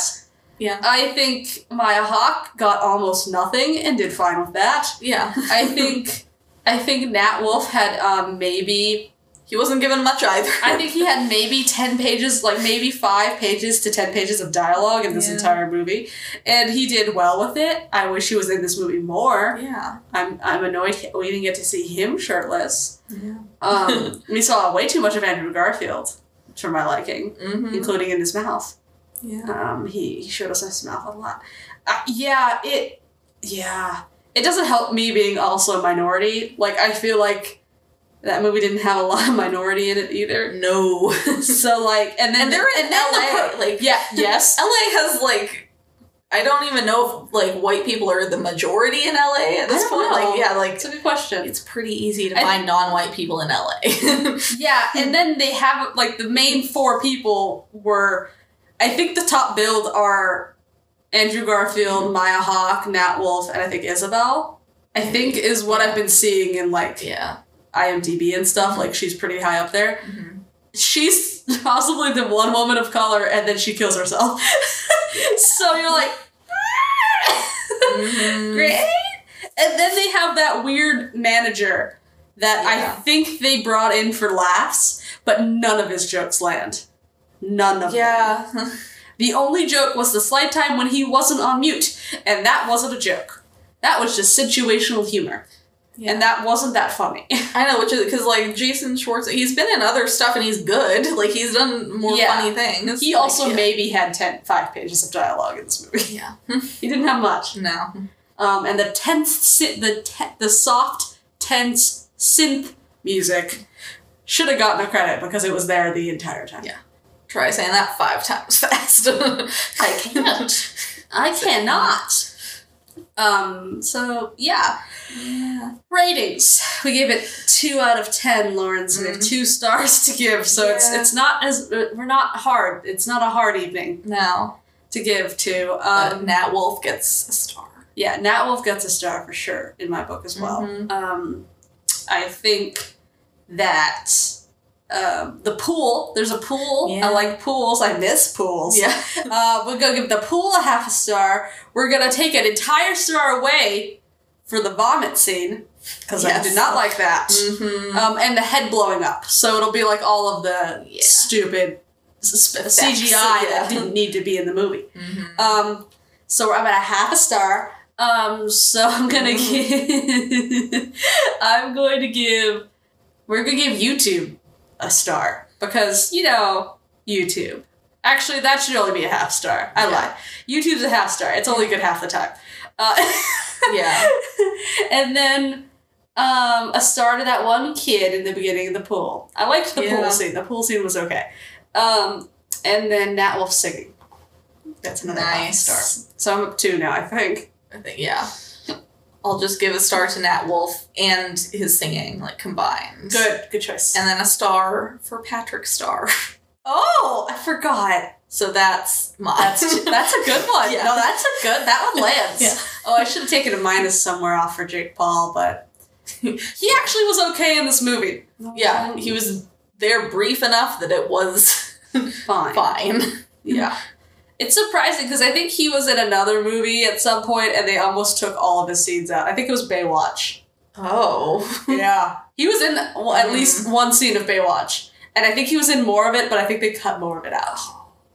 Speaker 3: Yeah.
Speaker 2: I think Maya Hawke got almost nothing and did fine with that.
Speaker 3: Yeah.
Speaker 2: I think, I think Nat Wolf had um, maybe
Speaker 3: He wasn't given much either.
Speaker 2: I think he had maybe 10 pages, like maybe five pages to 10 pages of dialogue in this
Speaker 3: Yeah.
Speaker 2: entire movie. And he did well with it. I wish he was in this movie more.
Speaker 3: Yeah.
Speaker 2: I'm, I'm annoyed he- we didn't get to see him shirtless.
Speaker 3: Yeah.
Speaker 2: Um, we saw way too much of Andrew Garfield for my liking,
Speaker 3: Mm-hmm.
Speaker 2: including in his mouth.
Speaker 3: Yeah.
Speaker 2: Um, he, he showed us his mouth a lot. Uh, yeah, it. Yeah. It doesn't help me being also a minority. Like, I feel like that movie didn't have a lot of minority in it either.
Speaker 3: No.
Speaker 2: So like, and then
Speaker 3: and they're in
Speaker 2: and then The
Speaker 3: LA. like,
Speaker 2: pro- yeah. Yes.
Speaker 3: LA has like I don't even know if like white people are the majority in LA at this
Speaker 2: I don't
Speaker 3: point.
Speaker 2: know.
Speaker 3: Like yeah, like
Speaker 2: That's a good question.
Speaker 3: it's pretty easy to
Speaker 2: I-
Speaker 3: find non-white people in LA.
Speaker 2: Yeah, and then they have like the main four people were, I think the top build are Andrew Garfield, Maya Hawke, Nat Wolf, and I think Isabel. I think is what I've been seeing in like
Speaker 3: yeah.
Speaker 2: IMDb and stuff. Like she's pretty high up there.
Speaker 3: Mhm.
Speaker 2: She's possibly the one woman of color, and then she kills herself. so you're like.
Speaker 3: Mm-hmm.
Speaker 2: great. And then they have that weird manager that
Speaker 3: Yeah.
Speaker 2: I think they brought in for laughs, but none of his jokes land. None of them.
Speaker 3: Yeah.
Speaker 2: The only joke was the slide time when he wasn't on mute, and that wasn't a joke. That was just situational humor.
Speaker 3: Yeah.
Speaker 2: And that wasn't that funny.
Speaker 3: I know, which is because like Jason Schwartz, he's been in other stuff and he's good. Like he's done more
Speaker 2: Yeah.
Speaker 3: funny things.
Speaker 2: he
Speaker 3: Like,
Speaker 2: also
Speaker 3: yeah.
Speaker 2: maybe had 10, 5 pages of dialogue in this movie.
Speaker 3: Yeah.
Speaker 2: he didn't have much.
Speaker 3: no.
Speaker 2: Um, and the tense, si- the te- the soft, tense synth music should have gotten a credit because it was there the entire time.
Speaker 3: Yeah. Try saying that five times fast. I
Speaker 2: can't. I cannot. Um, so yeah. Ratings. We gave it two out of ten, Lawrence. We have two stars to give, so it's
Speaker 3: Mm-hmm. Yeah.
Speaker 2: it's not as we're not hard. It's not a hard evening
Speaker 3: No.
Speaker 2: to give to.
Speaker 3: Uh,
Speaker 2: Um,
Speaker 3: Nat Wolf gets a star.
Speaker 2: yeah, Nat Wolf gets a star for sure in my book as well.
Speaker 3: Mhm.
Speaker 2: Um, I think that um, the pool. There's a pool.
Speaker 3: Yeah.
Speaker 2: I like pools. I miss pools.
Speaker 3: Yeah.
Speaker 2: Uh, we're gonna give the pool a half a star. We're gonna take an entire star away for the vomit scene because I
Speaker 3: Yes.
Speaker 2: did not like that.
Speaker 3: Mm-hmm.
Speaker 2: Um, and the head blowing up. So it'll be like all of the
Speaker 3: Yeah.
Speaker 2: stupid s-
Speaker 3: Effects,
Speaker 2: CGI that
Speaker 3: yeah. Mm-hmm.
Speaker 2: didn't need to be in the movie. Um, so I'm at a half a star. Um, so I'm gonna
Speaker 3: Mm-hmm.
Speaker 2: give. I'm going to give. We're gonna give YouTube a star because you know YouTube. Actually, that should only be a half star. I
Speaker 3: Yeah.
Speaker 2: lied. YouTube's a half star. It's only good half the time. Uh,
Speaker 3: Yeah.
Speaker 2: and then um, a star to that one kid in the beginning of the pool. I liked the
Speaker 3: Yeah.
Speaker 2: pool scene. The pool scene was okay. Um, and then Nat Wolf singing. That's another five
Speaker 3: Nice.
Speaker 2: star. So I'm up two now, I think.
Speaker 3: I think, yeah. I'll just give a star to Nat Wolf and his singing, like combined.
Speaker 2: Good, good choice.
Speaker 3: And then a star for Patrick Star.
Speaker 2: oh, I forgot.
Speaker 3: So that's my.
Speaker 2: That's that's a good one.
Speaker 3: Yeah.
Speaker 2: No, that's a good. That one lands.
Speaker 3: Yeah.
Speaker 2: Oh, I should have taken a minus somewhere off for Jake Paul, but he actually was okay in this movie.
Speaker 3: yeah, he was there brief enough that it was
Speaker 2: Fine.
Speaker 3: fine.
Speaker 2: Yeah. It's surprising because I think he was in another movie at some point and they almost took all of his scenes out. I think it was Baywatch.
Speaker 3: Oh. Hmm.
Speaker 2: yeah. He was in well, at least one scene of Baywatch.
Speaker 3: And I think he was in more of it, but I think they cut more of it out.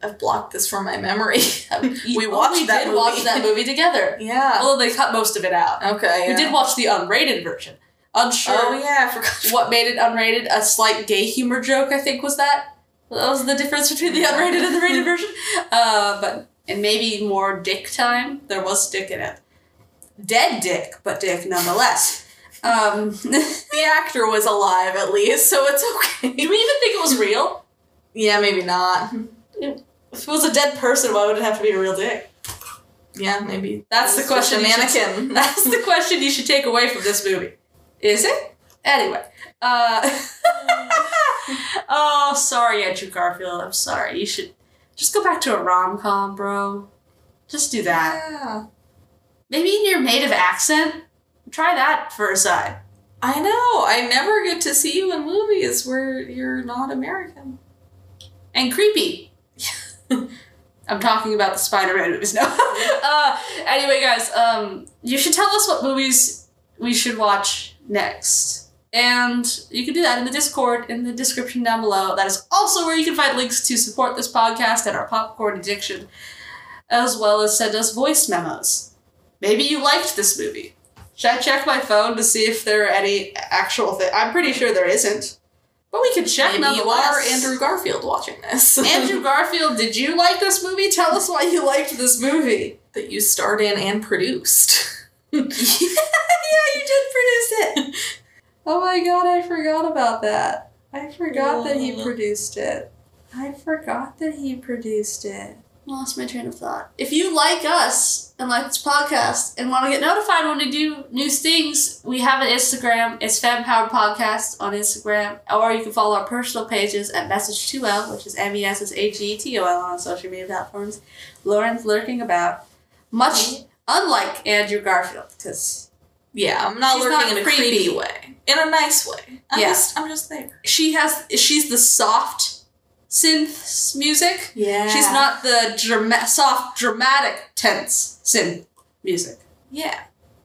Speaker 3: I've blocked this from my memory. we watched
Speaker 2: Oh, we
Speaker 3: that
Speaker 2: did
Speaker 3: movie.
Speaker 2: watch that movie together.
Speaker 3: Yeah.
Speaker 2: Although they cut most of it out.
Speaker 3: okay.
Speaker 2: We
Speaker 3: yeah.
Speaker 2: did watch the unrated version. Unsure
Speaker 3: Oh yeah, I forgot.
Speaker 2: what made it unrated, a slight gay humor joke, I think, was that. That was the difference between the unrated and the rated version. Uh, but and maybe more dick time.
Speaker 3: There was dick in it. Dead dick, but dick nonetheless.
Speaker 2: Um, do we even
Speaker 3: The actor was alive at least, so it's okay.
Speaker 2: think it was real?
Speaker 3: yeah, maybe not.
Speaker 2: If it was a dead person, why would it have to be a real dick?
Speaker 3: Yeah, maybe.
Speaker 2: That's the
Speaker 3: It's just
Speaker 2: question. you should-
Speaker 3: A mannequin.
Speaker 2: That's the question you should take away from this movie. Is it? Anyway. Uh, oh, sorry, Andrew Garfield. I'm sorry. You should just go back to a rom com, bro. Just do that.
Speaker 3: yeah.
Speaker 8: Maybe in your native accent?
Speaker 2: Try that for a side.
Speaker 3: I know. I never get to see you in movies where you're not American.
Speaker 8: And creepy.
Speaker 2: I'm talking about the Spider Man movies now. uh, anyway, guys, um, you should tell us what movies we should watch next. And you can do that in the Discord in the description down below. That is also where you can find links to support this podcast and our popcorn addiction, as well as send us voice memos. Maybe you liked this movie. Should I check my phone to see if there are any actual things? I'm pretty sure there isn't. But we can check
Speaker 3: Maybe you
Speaker 2: nonetheless.
Speaker 3: are Andrew Garfield watching this.
Speaker 2: Andrew Garfield, did you like this movie? Tell us why you liked this movie.
Speaker 3: that you starred in and produced.
Speaker 2: yeah, you did produce it. Oh my god, I forgot about that. I forgot that he
Speaker 3: Aw.
Speaker 2: produced it. I forgot that he produced it. Lost my train of thought. If you like us and like this podcast and want to get notified when we do new things, we have an Instagram. It's Fempowered Podcast on Instagram. Or you can follow our personal pages at Message2L, which is M E S S H E T O L on social media platforms. Lauren's lurking about. Much unlike Andrew Garfield, because
Speaker 3: Yeah, I'm not
Speaker 2: She's
Speaker 3: lurking
Speaker 2: not
Speaker 3: in a
Speaker 2: creepy.
Speaker 3: creepy way. In a nice way. I'm
Speaker 2: Yeah.
Speaker 3: just I'm just there.
Speaker 2: she has she's the soft synth music.
Speaker 3: Yeah.
Speaker 2: She's not the drama- soft dramatic tense synth music.
Speaker 3: Yeah.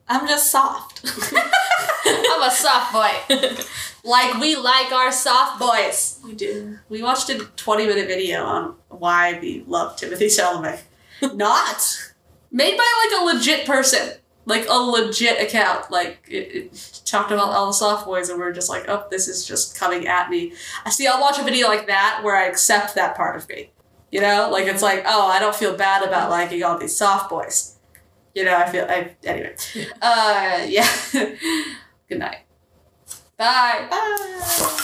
Speaker 3: I'm just soft.
Speaker 2: I'm a soft boy. like we like our soft boys.
Speaker 3: we do.
Speaker 2: We watched a 20 minute video on why we love Timothy Chalamet. Not made by like a legit person. Like a legit account, like it, it talked about all the soft boys, and we are just like, oh, this is just coming at me. I see. I'll watch a video like that where I accept that part of me. You know, like it's like, oh, I don't feel bad about liking all these soft boys. You know, I feel. I anyway. Uh, yeah. Good night. Bye.
Speaker 3: Bye.